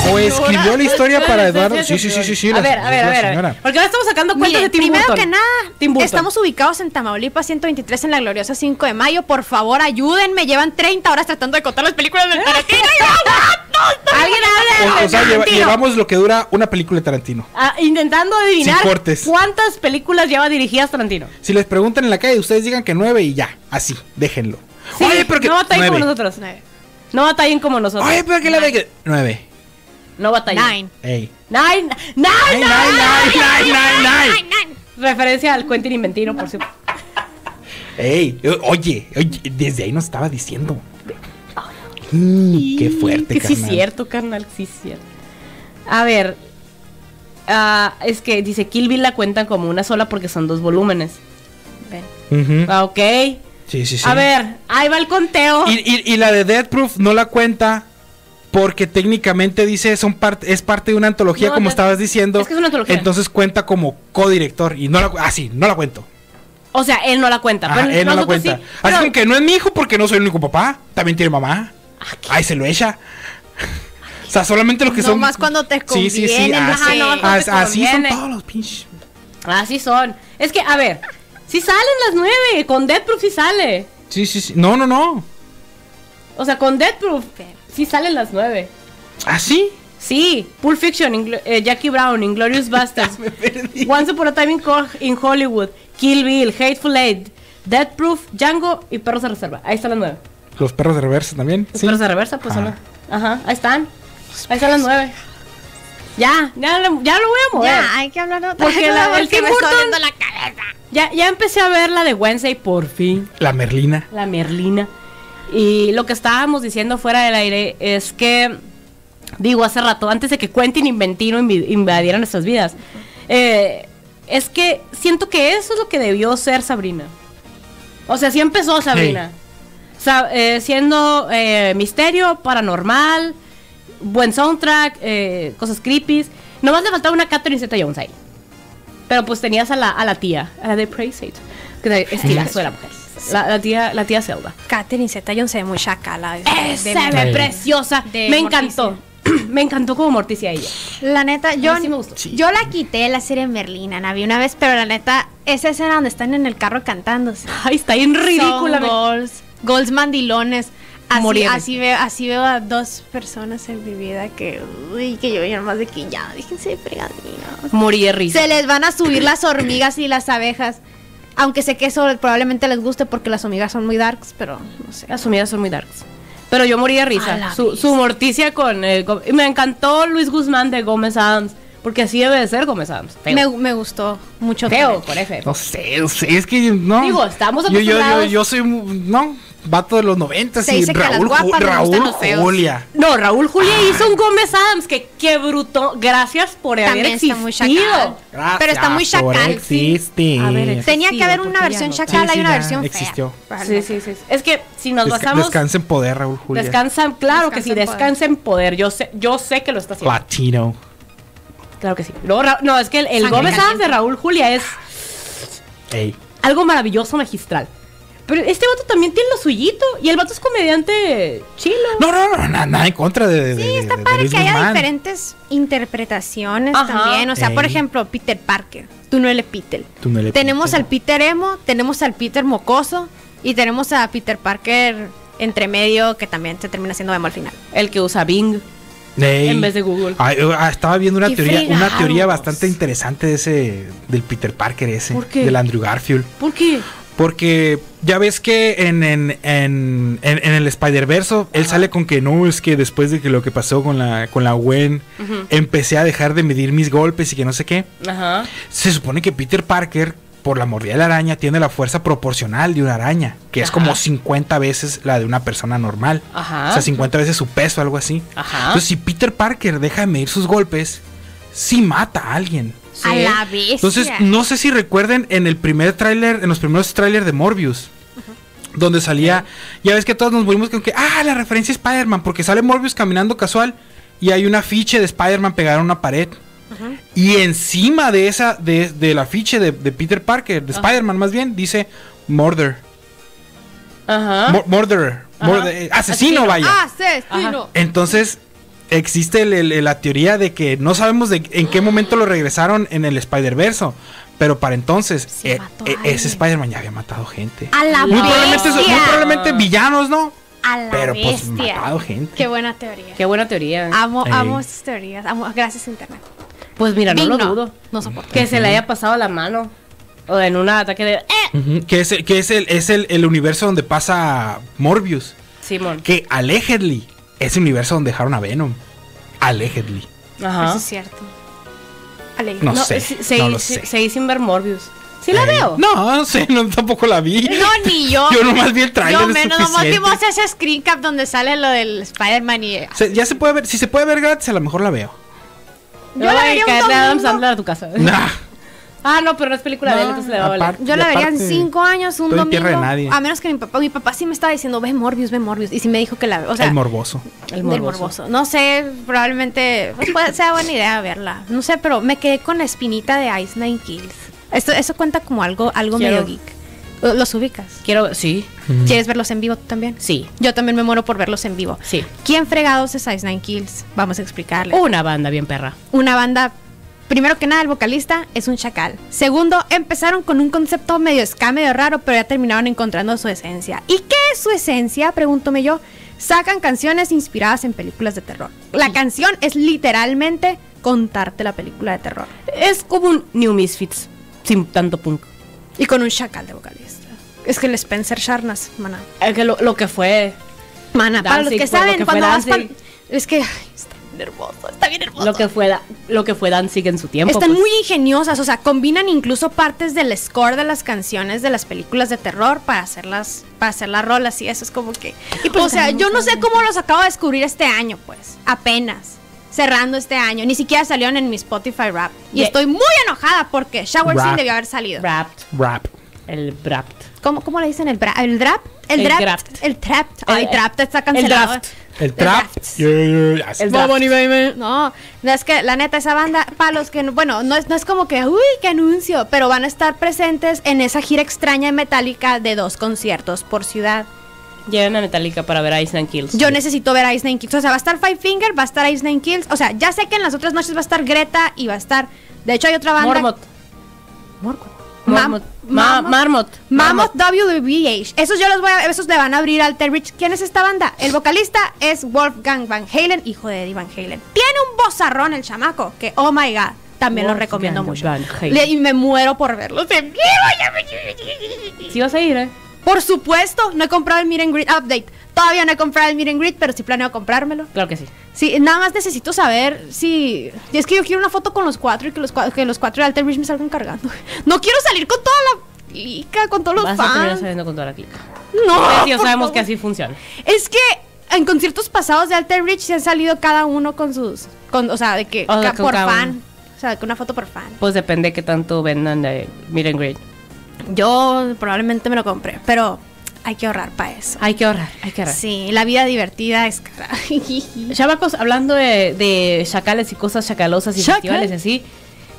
S3: O Pues escribió la historia
S1: Señora,
S3: para Eduardo. Sí, sí, sí, sí, sí.
S1: A
S3: la-
S1: ver, a ver, a ver,
S3: la
S1: a ver.
S3: señora.
S1: Porque ahora estamos sacando cuentas
S2: Miren,
S1: de Tim
S2: primero
S1: Burton.
S2: que nada,
S1: Tim Burton.
S2: estamos ubicados en Tamaulipas 123 en la gloriosa 5 de mayo. Por favor, ayúdenme. Llevan 30 horas tratando de contar las películas del Tarantino. y no aguanto.
S1: Alguien habla
S3: O,
S1: de
S3: o sea, lleva-
S1: Tarantino.
S3: llevamos lo que dura una película de Tarantino.
S1: Ah, intentando adivinar
S3: Sin cortes.
S1: cuántas películas lleva dirigidas Tarantino.
S3: Si les preguntan en la calle, ustedes digan que nueve y ya, así, déjenlo.
S1: Sí, no batallen como
S3: nueve.
S1: nosotros. No batallen como nosotros.
S3: Oye, pero que la de que nueve.
S1: no batallen.
S2: Nine.
S3: Ey.
S1: Nine. Nine.
S3: Nine,
S1: Nine.
S3: nine, nine, nine, nine.
S1: Referencia al Quentin Inventino, por supuesto.
S3: Ey, o- oye, oye, desde ahí nos estaba diciendo. Mm, qué fuerte,
S1: Que sí es
S3: carnal.
S1: cierto, carnal, sí es cierto. A ver. ah, es que dice Kill Bill la cuentan como una sola porque son dos volúmenes.
S2: Ven.
S3: Ujú.
S1: Ah, ok.
S3: Sí, sí, sí.
S1: A ver, ahí va el conteo.
S3: Y, y- y la de Death Proof no la cuenta porque técnicamente dice son parte es parte de una antología
S1: No,
S3: como
S1: no.
S3: estabas diciendo.
S1: Es que es una antología.
S3: Entonces cuenta como codirector y no la cu- ah sí, no la cuento.
S1: O sea, él no la cuenta.
S3: Ajá,
S1: pero
S3: él no la
S1: nosotros
S3: cuenta.
S1: sí.
S3: Así
S1: Pero-
S3: como que no es mi hijo porque no soy el único papá, también tiene mamá. Ahí se lo echa. O sea, solamente los que son
S2: Nomás cuando te
S3: Sí, sí, sí.
S2: conviene,
S3: Así,
S1: ajá, nomás cuando te
S3: as- así son
S1: conviene.
S3: todos los pinches.
S1: Así son. Es que, a ver, si salen las nueve, con Death Proof sí sale.
S3: Sí, sí, sí. No, no, no.
S1: O sea, con Death Proof sí salen las nueve.
S3: ¿Así?
S1: Sí, Pulp Fiction, Inglo- eh, Jackie Brown, Inglorious Bastards,
S3: Me perdí.
S1: Once Upon a Time in, Co- in Hollywood, Kill Bill, Hateful Eight, Death Proof, Django y Perros de Reserva. Ahí están las nueve.
S3: Los perros de reversa también.
S1: Los
S3: sí. Ah. Pues,
S1: Perros de Reversa, pues son
S3: Ajá.
S1: las- Ajá, ahí están. Ahí están las nueve. Ya, ya, lo- ya lo voy a mover.
S2: Ya, hay que hablar otra
S1: Porque la del
S2: porque
S1: Tim
S2: me está
S1: Burton-
S2: doliendo la cabeza.
S1: Ya, ya empecé a ver la de Wednesday por fin.
S3: La Merlina.
S1: la Merlina. Y lo que estábamos diciendo fuera del aire es que, digo, hace rato, antes de que Quentin Inventino invi- invadiera nuestras vidas, eh, es que siento que eso es lo que debió ser Sabrina. O sea, sí empezó Sabrina. Sa- eh, siendo eh, misterio, paranormal, buen soundtrack, eh, cosas creepy. Nomás le faltaba una Catherine Zeta-Jones ahí. Pero pues tenías a la, a la tía, a la de Praise que de estilazo de la mujer. La, la tía, la tía Zelda.
S2: Catherine Zeta-Jones se ve muy chacala.
S1: Se ve
S3: Sí.
S1: preciosa.
S2: de
S1: me
S2: Morticia.
S1: encantó. me encantó como Morticia ella.
S2: La neta,
S1: A
S2: yo,
S1: mí sí me gustó.
S2: yo la quité de la serie Merlina, la vi una vez, pero la neta, esa escena donde están en el carro cantándose.
S1: Ay, está bien ridícula.
S2: Son Goals, goals mandilones. Así,
S1: Morir.
S2: así, veo, así veo a dos personas en mi vida que, uy, que yo ya más de que ya, déjense de fregadinos.
S1: Morí de risa.
S2: Se les van a subir las hormigas y las abejas. Aunque sé que eso probablemente les guste porque las hormigas son muy darks, pero no sé.
S1: Las sumidas son muy darks. Pero yo morí de
S2: A la
S1: risa. Su, su
S2: bestia.
S1: Morticia con. eh, Go- y me encantó Luis Guzmán de Gómez Adams. Porque así debe de ser Gómez Adams. Feo.
S2: Me, me gustó mucho.
S1: Feo, con F.
S3: No sé, no sé, es que no.
S1: Digo, estamos
S3: yo, yo, yo,
S1: acostumbrados.
S3: yo soy, un- no, vato de los 90
S2: Se
S3: y
S2: dice que a las
S3: Raúl, Ju-
S2: guapas les gustan
S3: Raúl
S2: los feos.
S3: Julia.
S1: No, Raúl Julia hizo un Gómez Adams. Que qué bruto. Gracias por haber
S2: También está muy chacal.
S1: existido.
S2: Pero está muy
S3: Gracias por
S2: chacal, sí.
S3: existir.
S1: A ver, Sí,
S2: Tenía que haber
S1: porque
S2: una
S1: ya
S2: versión
S1: no-
S2: chacal
S3: Sí, sí,
S2: y una
S3: ya
S2: versión fea.
S3: existió.
S1: Sí, sí, sí. Es que si nos
S3: Desca-
S1: basamos.
S3: descansa en poder, Raúl Julia.
S1: Descansan, claro que sí,
S2: Descansa en poder.
S1: descansa en poder. Yo sé, yo sé que lo está haciendo.
S3: Latino.
S1: Claro que sí. Luego Ra- no, es que el, el
S2: Sangre
S1: Gómez Adams
S2: caliente.
S1: de Raúl Julia es
S3: Ey.
S1: algo maravilloso, magistral. Pero este vato también tiene lo suyito. Y el vato es comediante chilo.
S3: No, no, no, na- nada en contra de. de
S2: Sí,
S3: de-
S2: está
S3: de- de
S2: padre
S3: Luis
S2: que haya
S3: Guzmán.
S2: diferentes interpretaciones
S1: Ajá.
S2: también. O sea, por
S3: Ey.
S2: ejemplo, Peter Parker, tú no eres Peter.
S3: Tú no eres
S2: tenemos
S3: Peter.
S2: al Peter Emo, tenemos al Peter Mocoso y tenemos a Peter Parker entre medio que también se termina siendo emo al final.
S1: El que usa Bing.
S3: Ey.
S1: en vez de Google.
S3: Ay, eh, ah, estaba viendo una
S2: ¡Qué
S3: teoría, una
S2: fregados!
S3: teoría bastante interesante de ese, del Peter Parker ese,
S1: ¿Por qué?
S3: del Andrew Garfield.
S1: ¿Por qué?
S3: Porque ya ves que en, en, en, en- en el Spider-Verse él sale con que no, es que después de que lo que pasó con la, con la Gwen,
S1: Ujú.
S3: empecé a dejar de medir mis golpes y que no sé qué.
S1: Ajá.
S3: Se supone que Peter Parker, por la mordida de la araña, tiene la fuerza proporcional de una araña, que es
S1: Ajá.
S3: como 50 veces la de una persona normal.
S1: Ajá.
S3: O sea, 50 veces su peso, algo así.
S1: Ajá.
S3: Entonces, si Peter Parker deja de medir sus golpes, sí mata a alguien.
S1: Sí.
S2: A la bestia.
S3: Entonces, no sé si recuerden en el primer tráiler, en los primeros tráiler de Morbius. Donde salía, ya ves que todos nos volvimos con que, ah, la referencia es Spider-Man, porque sale Morbius caminando casual y hay un afiche de Spider-Man pegado a una pared. Y encima de esa, de, del afiche de, de Peter Parker, de
S1: Ajá.
S3: Spider-Man más bien, dice Murder.
S1: Ajá.
S3: Mur- murderer.
S1: Ah. Ajá.
S3: Murder- eh, asesino,
S1: Asesino.
S3: vaya.
S2: Ah, sí, sí,
S1: Ajá.
S2: no.
S3: Entonces, existe el- el- la teoría de que no sabemos de, en qué momento lo regresaron en el Spider-Verse. Pero para entonces,
S2: Sí,
S3: eh,
S2: mató
S3: eh,
S2: a
S3: ese
S2: alguien.
S3: Spider-Man ya había matado gente.
S2: A la
S3: Muy
S1: no.
S3: probablemente,
S2: bestia.
S3: muy probablemente villanos, ¿no?
S2: A la
S3: Pero pues
S2: bestia.
S3: matado gente.
S2: Qué buena teoría.
S1: Qué buena teoría.
S2: Amo,
S3: Ey.
S2: amo esas teorías. Amo, gracias internet.
S1: pues mira, no
S2: Bing
S1: lo
S2: no.
S1: dudo.
S2: No soporto.
S1: Que se le haya pasado la mano. O en un ataque de. ¡Eh!
S3: Ujú, Que es, el- que es, el, es el, el universo donde pasa Morbius.
S1: Simón.
S3: Que allegedly es el universo donde dejaron a Venom. Allegedly.
S1: Ajá.
S3: Ah.
S2: Eso es cierto. Alegre.
S3: No sé,
S1: sí-
S3: no
S1: seguí-
S3: lo
S1: sí-
S3: sé.
S1: seguí sin ver Morbius. Sí la
S3: Eh,
S1: veo.
S3: No, no sé, no, tampoco la vi.
S2: No, ni yo.
S3: Yo nomás vi el tráiler,
S2: Yo
S3: es
S2: menos nomás
S3: suficiente.
S2: que vos ese screen cap donde sale lo del Spider-Man y. eh,
S3: Se- ya se puede ver, si se puede ver gratis, a lo mejor la veo.
S2: Yo la
S1: Ay,
S2: vería un
S1: cállate, Adam
S2: domingo.
S1: Sandler a tu casa.
S3: Nah.
S1: Ah, no, pero no es película de él,
S3: No,
S1: entonces le va a valer.
S3: aparte.
S2: Yo la
S3: Y
S2: vería en
S3: aparte,
S2: cinco años, un
S3: estoy en
S2: domingo.
S3: tierra de nadie.
S2: A menos que mi papá, mi papá sí me estaba diciendo, ve Morbius, ve Morbius. Y sí me dijo que la. O sea,
S3: el morboso.
S1: El
S2: del
S1: morboso.
S2: No sé, probablemente pues, puede- sea buena idea verla. No sé, pero me quedé con la espinita de Ice Nine Kills. Esto, eso cuenta como algo, algo
S1: Quiero-
S2: medio geek. Eh, Los ubicas.
S1: Quiero. Sí.
S3: Mm.
S2: ¿Quieres verlos en vivo tú también?
S1: Sí.
S2: Yo también me muero por verlos en vivo.
S1: Sí.
S2: ¿Quién fregados es Ice Nine Kills? Vamos a explicarle.
S1: Una banda bien perra.
S2: una banda. Primero que nada, el vocalista es un chacal. Segundo, empezaron con un concepto medio ska, medio raro, pero ya terminaron encontrando su esencia. ¿Y qué es su esencia? Pregúntome yo. Sacan canciones inspiradas en películas de terror. La canción es literalmente contarte la película de terror.
S1: Es como un New Misfits. Sin tanto punk.
S2: Y con un chacal de vocalista. Es que el Spencer Sharnas, mana.
S1: Es Eh, que lo, lo que fue.
S2: Mana, para los
S1: Danzig,
S2: que
S1: por lo
S2: saben,
S1: que fue
S2: cuando vas
S1: Danzig.
S2: pa'l- Es que. ay, está bien hermoso, está bien hermoso.
S1: Lo que fue, da- lo que fue Danzig en su tiempo.
S2: Están
S1: pues.
S2: muy ingeniosas, o sea, combinan incluso partes del score de las canciones de las películas de terror para hacerlas, para hacer las rolas y eso es como que. Y pues, o sea, yo no sé cómo los acabo de descubrir este año, pues, apenas cerrando este año, ni siquiera salieron en mi Spotify Rap y
S1: Ye-
S2: estoy muy enojada porque Shower Scene
S3: Rap.
S2: debió haber salido.
S1: Wrapped.
S3: Rap.
S1: El Wrapped.
S2: ¿Cómo, cómo le dicen el bra- el rap? El
S1: El
S2: draft,
S1: draft.
S2: el trap,
S1: El-
S2: ay, trap está
S1: el
S2: cancelado.
S1: draft.
S3: El trap. Yeah, yeah, yeah, así.
S1: El draft.
S2: No, no es que la neta esa banda, para los que, no- bueno, no es, no es como que, uy, qué anuncio, pero van a estar presentes en esa gira extraña y metálica de dos conciertos por ciudad.
S1: Lleven a Metallica para ver a Ice and Kills.
S2: Yo necesito ver a Ice Nine Kills, o sea, va a estar Five Finger, va a estar Ice Nine Kills, o sea, ya sé que en las otras noches va a estar Greta y va a estar, de hecho hay otra banda.
S1: Mormot.
S2: Morgoth.
S1: Mormot. Ma- Marmot.
S2: Mammoth WBH. Esos yo los voy a, esos le van a abrir al Rich. ¿Quién es esta banda? El vocalista es Wolfgang Van Halen, hijo de Eddie Van Halen. Tiene un bozarrón el chamaco, que oh my god, también lo
S1: Wolfgang
S2: recomiendo mucho.
S1: Van Halen.
S2: Le- y me muero por verlos en vivo. ya me-
S1: Sí vas a ir, ¿eh?
S2: Por supuesto, no he comprado el Meet and Greet Update. Todavía no he comprado el Meet and Greet, pero sí planeo comprármelo.
S1: Claro que sí.
S2: Sí, nada más necesito saber si. Es que yo quiero una foto con los cuatro y que los, cua- que los cuatro de Alter Bridge me salgan cargando. No quiero salir con toda la clica, con todos los
S1: Vas a terminar
S2: fans.
S1: saliendo con toda la clica.
S2: No,
S1: Ustedes y yo
S2: por
S1: Pues sabemos que
S2: favor.
S1: así funciona.
S2: Es que en conciertos pasados de Alter Rich se han salido cada uno con sus. Con, o sea, de que.
S1: O sea,
S2: ca-
S1: con
S2: por
S1: cada
S2: fan.
S1: uno.
S2: O sea, con una foto por fan.
S1: Pues depende qué tanto vendan de Meet and Greet.
S2: Yo probablemente me lo compré, pero hay que ahorrar para eso.
S1: Hay que ahorrar, hay que ahorrar.
S2: Sí, la vida divertida es cara.
S1: Ya Marcos, hablando de, de chacales y cosas chacalosas y
S2: Chacal.
S1: festivales y así,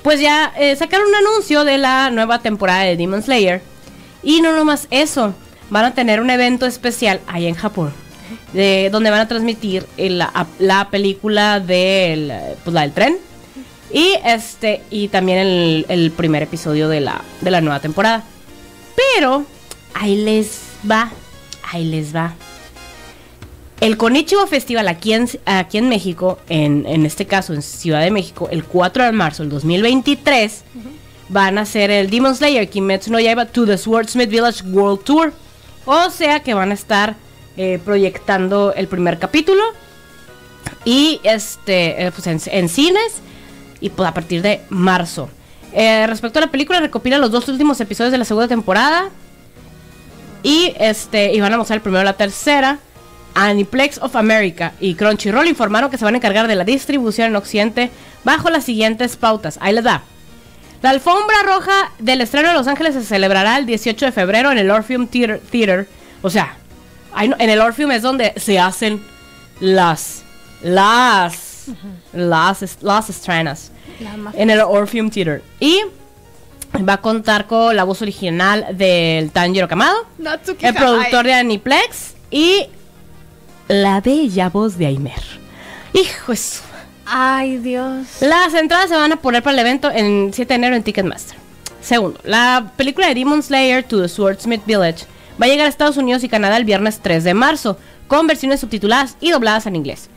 S1: pues ya eh, sacaron un anuncio de la nueva temporada de Demon Slayer. Y no nomás eso, van a tener un evento especial ahí en Japón, de, donde van a transmitir el- la, la película del, eh, pues, la del tren. Y este y también el, el primer episodio de la, de la nueva temporada. Pero ahí les va, ahí les va. El Conichiwa Festival aquí en, aquí en México, en, en este caso en Ciudad de México, el 4 de marzo del 2023, van a hacer el Demon Slayer Kimetsu no Yaiba to the Swordsmith Village World Tour. O sea que van a estar eh, proyectando el primer capítulo y este eh, pues en, en cines y pues a partir de marzo. Eh, respecto a la película, recopila los dos últimos episodios de la segunda temporada. Y este y van a mostrar el primero y la tercera. Aniplex of America y Crunchyroll informaron que se van a encargar de la distribución en Occidente bajo las siguientes pautas. Ahí les da. La alfombra roja del estreno de Los Ángeles se celebrará el 18 de febrero en el Orpheum Theater. Theater. O sea, ahí no- en el Orpheum es donde se hacen las, las, las, es- las estrenas. En el Orpheum Theater. Y va a contar con la voz original del Tanjiro Kamado.
S2: Natsuki
S1: El
S2: Harai.
S1: productor de Aniplex y la bella voz de Aimer. Hijo eso.
S2: Ay, Dios.
S1: Las entradas se van a poner para el evento en 7 de enero en Ticketmaster. Segundo, la película de Demon Slayer to the Swordsmith Village va a llegar a Estados Unidos y Canadá el viernes 3 de marzo, con versiones subtituladas y dobladas en inglés.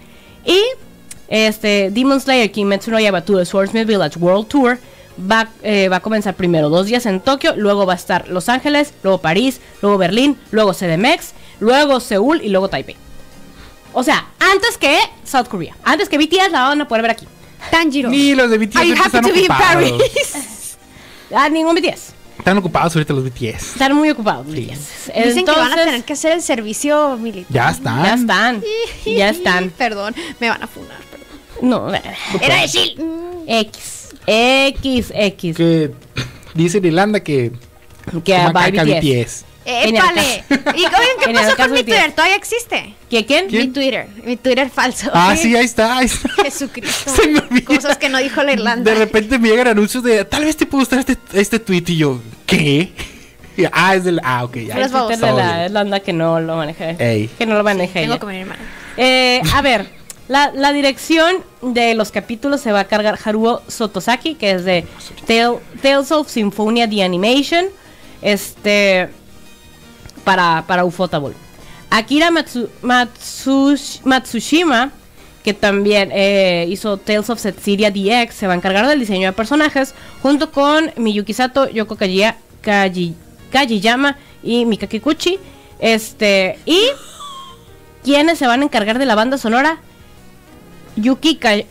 S1: Y este Demon Slayer Kimetsu no Yaiba to the Swordsmith Village World Tour va, eh, va a comenzar primero dos días en Tokio, luego va a estar Los Ángeles, luego París, luego Berlín, luego CDMX, luego Seúl y luego Taipei. O sea, antes que South Korea, antes que BTS la van a poder ver aquí.
S2: Tanjiro.
S3: Ni los de BTS
S2: Are you happy
S3: ahorita están
S2: to be in
S3: ocupados.
S2: Paris?
S1: Ah, ningún BTS.
S3: Están ocupados ahorita los BTS.
S1: Están muy ocupados.
S3: Sí.
S1: BTS.
S2: Dicen que van a
S1: Entonces,
S2: tener que hacer el servicio militar.
S3: Ya están.
S1: Ya están. ya están.
S2: Perdón, me van a funar. Mm. perdón.
S1: No.
S2: Era de Chile.
S1: X. X, X.
S3: Que dice en Irlanda que
S1: Que
S3: toman
S1: va
S3: caca
S1: BTS. En el
S2: ¡Épale! Y oigan, ¿qué
S1: En el caso
S2: pasó con mi
S1: de ti.
S2: Twitter? ¿Todavía existe?
S1: ¿Que quién?
S3: ¿Quién?
S2: Mi Twitter, mi Twitter falso.
S3: Ah, sí, ahí está. ahí está.
S2: Jesucristo.
S3: Se me olvida.
S2: Cosas que no dijo la Irlanda.
S3: De repente me llegan anuncios de tal vez te puede gustar este, este tweet y yo, ¿qué? Y, ah, es del. Ah, ok, ya.
S2: Pero es
S1: El Twitter
S2: baboso.
S1: de la Irlanda que no lo maneja.
S3: Ey.
S1: Que no lo maneja
S2: Tengo
S1: ella.
S2: que venir, hermano.
S1: Eh, a ver, la, la dirección de los capítulos se va a cargar Haruo Sotosaki, que es de Tale- Tales of Symphonia The Animation, este, para, para Ufotable. Akira Matsu- Matsush- Matsushima, que también eh, hizo Tales of Setsuria DX, se va a encargar del diseño de personajes, junto con Miyuki Sato, Yoko Kajiya- Kaji- Kajiyama y Mikaki Kuchi. Este, y quienes se van a encargar de la banda sonora Yuki Ka-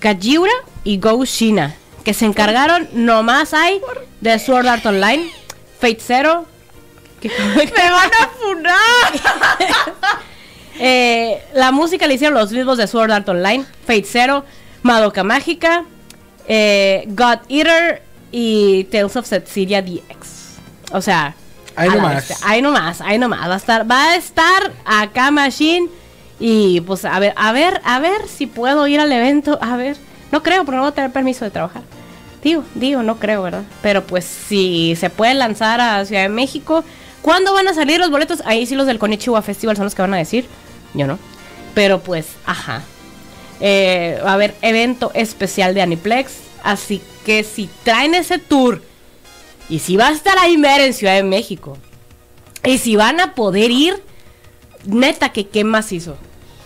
S1: Kajiura y Go Shina, que se encargaron nomás hay de Sword Art Online, Fate Zero, que-
S2: ¡Me van a funar!
S1: eh, la música la hicieron los mismos de Sword Art Online, Fate Zero, Madoka Mágica, eh, God Eater y Tales of Setsuria DX. O sea,
S3: Ahí
S1: a la
S3: nomás.
S1: bestia. ahí nomás, ahí nomás. Va a estar, va a estar acá Machine y pues a ver, a ver, a ver si puedo ir al evento, a ver. No creo, porque no voy a tener permiso de trabajar. Digo, digo, no creo, ¿verdad? Pero pues si se puede lanzar a Ciudad de México, ¿cuándo van a salir los boletos? Ahí sí los del Conichiwa Festival son los que van a decir. Yo no. Pero pues, ajá. Eh, va a haber evento especial de Aniplex. Así que si traen ese tour y si va a estar Aimer en Ciudad de México y si van a poder ir, neta que qué más hizo.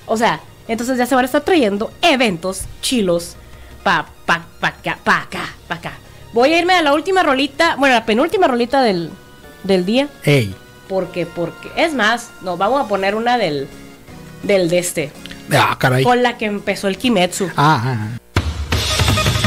S1: O sea, entonces ya se van a estar trayendo eventos chilos pa, pa, pa acá, pa acá, pa acá. Voy a irme a la última rolita, bueno, la penúltima rolita del, del día.
S3: Ey,
S1: Porque, porque. Es más, nos vamos a poner una del. Del de este.
S3: Ah, caray.
S1: con la que empezó el Kimetsu.
S3: Ah, ah, ah.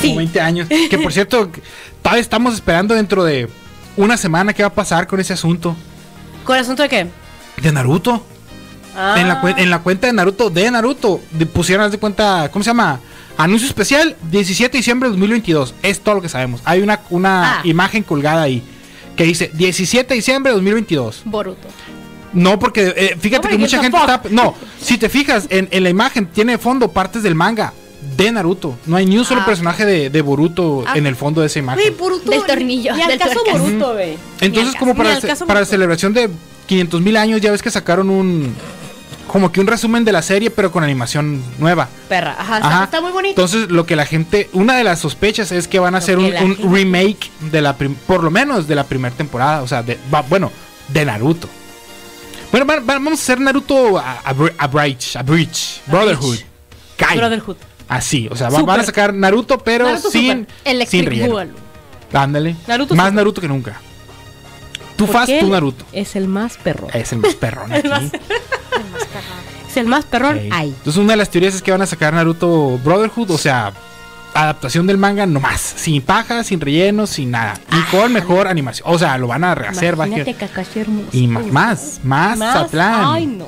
S1: Sí.
S3: Como 20 años. Que por cierto, todavía estamos esperando dentro de una semana qué va a pasar con ese asunto
S1: ¿Con el asunto de qué?
S3: de Naruto.
S1: Ah,
S3: En, la, cuen- en la cuenta de Naruto, de Naruto, de- pusieron, haz de cuenta, ¿cómo se llama? Anuncio especial, 17 de diciembre de 2022. Es todo lo que sabemos. Hay una, una
S1: Ah.
S3: imagen colgada ahí que dice 17 de diciembre de 2022.
S2: Boruto.
S3: No, porque eh,
S1: No,
S3: fíjate
S1: porque
S3: que mucha
S1: yo
S3: gente está...
S1: tampoco.
S3: No, si te fijas, en, en la imagen tiene de fondo partes del manga de Naruto. No hay ni un solo
S2: Ah.
S3: personaje de, de Boruto
S2: Ah.
S3: en el fondo de esa imagen.
S1: Güey, Boruto,
S2: Del tornillo,
S1: Ni al
S2: del
S1: caso
S2: tuercas.
S1: Boruto, güey.
S3: Entonces,
S2: Ni al
S3: como
S1: caso, ni
S3: para, la
S1: al
S3: ce-
S1: caso
S3: para la
S1: Boruto.
S3: celebración de 500 mil años, ya ves que sacaron un. Como que un resumen de la serie, pero con animación nueva.
S1: Perra, ajá, está-
S3: Ajá.
S1: está muy bonito.
S3: Entonces, lo que la gente. Una de las sospechas es que van a
S1: Lo
S3: hacer
S1: que
S3: un,
S1: la
S3: un
S1: gente-
S3: remake de la. prim- por lo menos de la primera temporada. O sea, de, va- bueno, de Naruto. Bueno, va- va- vamos a hacer Naruto a, a, Bri- a Bridge, a Bridge, Brotherhood. Kai.
S1: Brotherhood.
S3: Así, o sea, va-
S1: Super.
S3: van a sacar Naruto, pero
S1: Naruto
S3: sin.
S1: Super.
S3: Sin
S2: Electric
S3: relleno.
S2: Boogaloo.
S3: Ándale.
S1: Naruto
S3: más
S1: Super.
S3: Naruto que nunca. Tú
S1: ¿Por
S3: Faz,
S1: qué
S3: tú
S1: él
S3: Naruto.
S1: Es el más perrón.
S3: Es el más perrón
S1: El
S3: aquí.
S1: más- Es el más perrón
S3: Ok.
S1: ahí.
S3: Entonces una de las teorías es que van a sacar Naruto Brotherhood, o sea, adaptación del manga nomás, sin paja, sin relleno, sin nada. Y con mejor animación. O sea, lo van a rehacer. va a
S1: Ah. Imagínate
S3: que-
S1: Kakashi hermoso.
S3: Y ma- más, más,
S1: Más,
S3: Zatlán.
S1: Ay, no.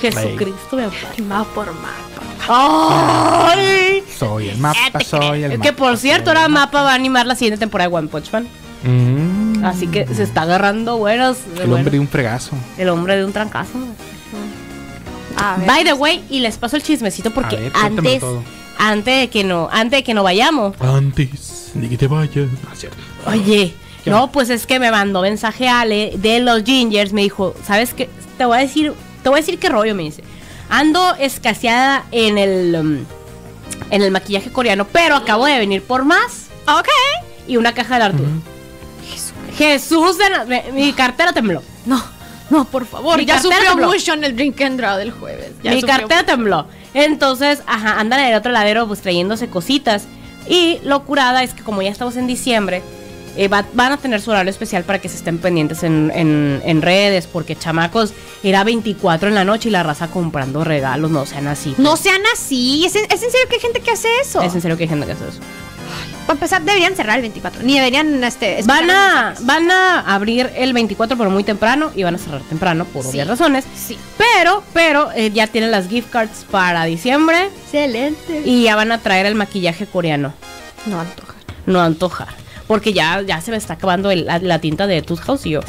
S1: Jesucristo me ampara.
S2: Mapa por mapa.
S1: ¡Ay!
S3: Soy el mapa, soy el
S1: que
S3: mapa.
S1: por cierto, ahora Mapa va a animar la siguiente temporada de One Punch Man.
S3: Mm,
S1: Así que se está agarrando buenos.
S3: el
S1: Ah, bueno,
S3: hombre de un fregazo.
S1: el hombre de un trancazo.
S2: A ver.
S1: By the way, y les paso el chismecito porque
S3: A ver, cuéntamelo
S1: antes,
S3: todo.
S1: antes de que no, antes de que no vayamos.
S3: Antes de que te vayas. Ah, cierto.
S1: Oye,
S3: ¿Qué
S1: no,
S3: onda?
S1: pues es que me mandó mensaje Ale de los Gingers, me dijo, ¿sabes qué? Te voy a decir, te voy a decir qué rollo, me dice. Ando escaseada en el um, en el maquillaje coreano, pero acabo de venir por más. Ok. Y una caja de Arturo. Jesús, de Na- me- mi cartera tembló.
S2: No, no, por favor.
S1: Mi
S2: Ya
S1: cartera
S2: sufrió
S1: tembló.
S2: mucho en el drink and draw del jueves. Ya
S1: mi
S2: sufrió
S1: cartera tembló. Entonces, ajá, andan en el otro ladero pues trayéndose cositas. Y lo curada es que como ya estamos en diciembre, eh, va- van a tener su horario especial para que se estén pendientes en, en- en redes, porque chamacos, era 24 en la noche y la raza comprando regalos, no sean así.
S2: No sean así. ¿Es en, es en serio que hay gente que hace eso?
S1: Es en serio que hay gente que hace eso.
S2: Para empezar, deberían cerrar el 24. Ni deberían, este. escuchar
S1: Van a,
S2: los mensajes.
S1: van a abrir el 24 pero muy temprano y van a cerrar temprano por
S2: Sí.
S1: obvias razones.
S2: Sí.
S1: Pero, pero eh, ya tienen las gift cards para diciembre
S2: Excelente.
S1: y ya van a traer el maquillaje coreano.
S2: no antoja.
S1: no antojar. Porque ya, ya se me está acabando el- la, la tinta de Tooth House y yo.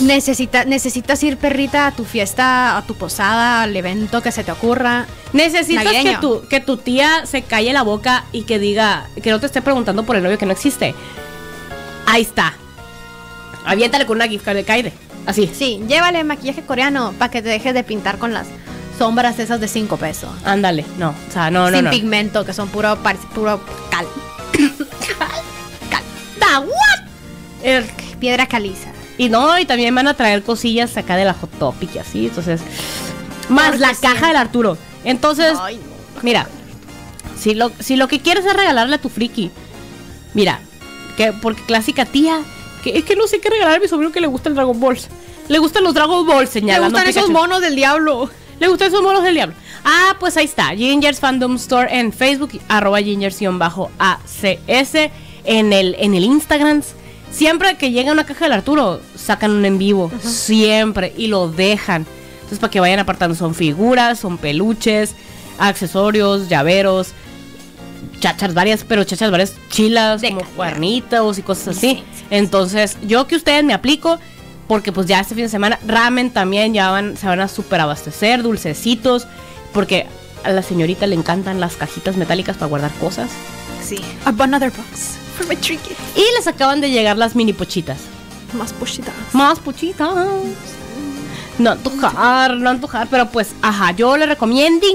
S2: Necesita, necesitas ir, perrita, a tu fiesta, a tu posada, al evento que se te ocurra.
S1: Necesitas
S2: Navideño.
S1: que tu, que tu tía se calle la boca y que diga, que no te esté preguntando por el novio que no existe. Ahí está. Aviéntale con una gift card de Kaide. Así.
S2: Sí, llévale maquillaje coreano para que te dejes de pintar con las sombras esas de 5 pesos.
S1: Ándale. No. O sea, no, no,
S2: sin
S1: no.
S2: pigmento, que son puro, par- puro cal. cal. Da, what?
S1: El-
S2: Piedra caliza.
S1: y no, y también van a traer cosillas acá de la Hot Topic y así. Entonces. Más
S2: Porque
S1: la
S2: sí.
S1: caja del Arturo. Entonces,
S2: Ay, no.
S1: Mira, si lo, si lo que quieres es regalarle a tu friki, mira, que porque clásica tía, que es que no sé qué regalar a mi sobrino que le gusta el Dragon Ball. Le gustan los Dragon Ball,
S2: Me
S1: señalando.
S2: gustan
S1: Pikachu.
S2: esos monos del diablo.
S1: Le gustan esos monos del diablo. Ah, pues ahí está. Gingers Fandom Store en Facebook, y arroba gingers-acs en el, en el Instagram. Siempre que llega una caja del Arturo, sacan un en vivo. Siempre. Y lo dejan. Entonces, para que vayan apartando, son figuras, son peluches, accesorios, llaveros. chachas varias, pero chachas varias chilas,
S2: De
S1: como
S2: calidad.
S1: cuernitos y cosas así.
S2: Sí, sí, sí.
S1: Entonces, yo que ustedes me aplico, porque pues ya este fin de semana, ramen también, ya van, se van a super abastecer, dulcecitos, porque a la señorita le encantan las cajitas metálicas para guardar cosas.
S2: Sí. Another box for my trinket.
S1: Y les acaban de llegar las mini pochitas.
S2: Más pushitas.
S1: Más pochitas. No antojar, no antojar, pero pues, ajá, yo le recomiendo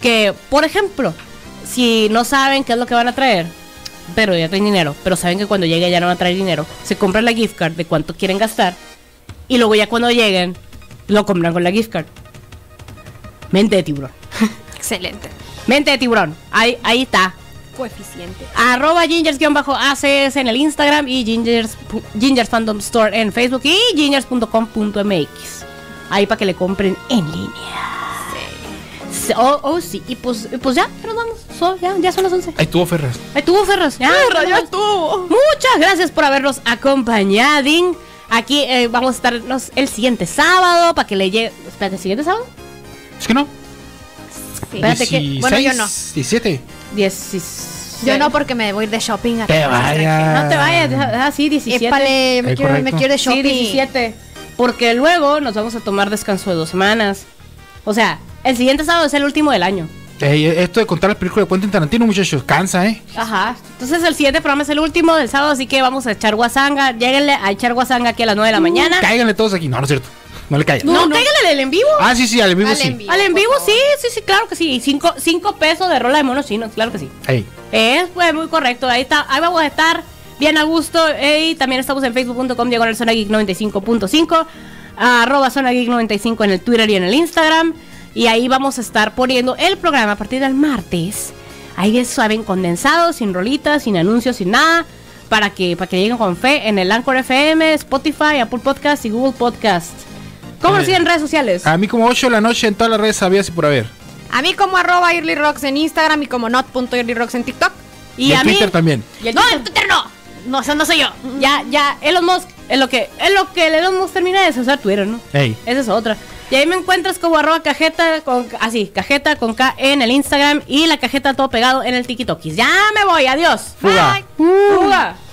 S1: que, por ejemplo, si no saben qué es lo que van a traer, pero ya traen dinero, pero saben que cuando llegue ya no van a traer dinero, se compran la gift card de cuánto quieren gastar y luego ya cuando lleguen lo compran con la gift card. Mente de tiburón.
S2: Excelente.
S1: Mente de tiburón. Ahí, ahí está.
S2: Coeficiente.
S1: Arroba gingers-acs en el Instagram y gingers, pu- gingers Fandom Store en Facebook y gingers.com.mx. Ahí para que le compren en línea. Sí, Oh, oh, sí. Y pues, y pues ya, ya nos vamos. So- ya, ya son las 11.
S3: Ahí estuvo Ferras.
S1: Ahí tuvo Ferros. Ya, nos vamos.
S2: tú.
S1: Muchas gracias por habernos acompañado. Aquí eh, vamos a estarnos el siguiente sábado para que le llegue. Espérate, ¿el siguiente sábado?
S3: Es que no.
S1: Espérate que-
S2: bueno, yo no.
S3: 16, 17.
S1: 16.
S2: Yo no porque me debo ir de shopping a
S3: Te vayas.
S1: No te vayas. Ah, sí, 17.
S2: Épale, me
S3: Es
S2: quiero, me
S3: correcto.
S2: quiero ir de
S1: Sí,
S2: shopping.
S1: 17. Porque luego nos vamos a tomar descanso de dos semanas. O sea, el siguiente sábado es el último del año.
S3: Ey, esto de contar las películas de Quentin Tarantino, muchachos, cansa, ¿eh?
S1: Ajá. Entonces el siguiente programa es el último del sábado, así que vamos a echar guasanga. Lléguenle a echar guasanga aquí a las 9 de la mañana.
S3: Uh, Cáiganle todos aquí. No, no es cierto. No le caigan.
S1: No, no, cáiganle el en vivo.
S3: Ah, sí, sí, al en vivo
S2: Al
S3: sí.
S2: en vivo.
S1: Al en
S2: por
S1: vivo,
S2: favor.
S1: sí, sí, sí, claro que sí. Y cinco, cinco pesos de rola de monos chinos, claro que sí.
S3: Ey.
S1: Es pues, muy correcto. Ahí está, ahí vamos a estar bien a gusto. eh, y también estamos en facebook.com diagonal zona geek 95.5, arroba zona geek 95 en el Twitter y en el Instagram. Y ahí vamos a estar poniendo el programa a partir del martes. Ahí es suave, condensado, sin rolitas, sin anuncios, sin nada. Para que, para que lleguen con fe en el Anchor FM, Spotify, Apple Podcast y Google Podcast. ¿Cómo nos
S3: Eh,
S1: siguen en redes sociales?
S3: A mí como 8 de la noche en todas las redes sabías y por haber.
S2: A mí como arroba Early Rocks en Instagram y como not.earlyrocks en TikTok.
S1: Y,
S3: en
S1: a mí.
S3: Twitter también.
S1: Y el no, el Twitter no. No, eso no soy yo. Ya, ya, Elon Musk, es lo que, es lo que el Elon Musk termina de usar Twitter, ¿no?
S3: Ey.
S1: Esa es otra. Y ahí me encuentras como arroba cajeta con así, cajeta con K en el Instagram y la cajeta todo pegado en el TikTokis. Ya me voy, adiós.
S3: Fuga.
S1: Bye. Fuga.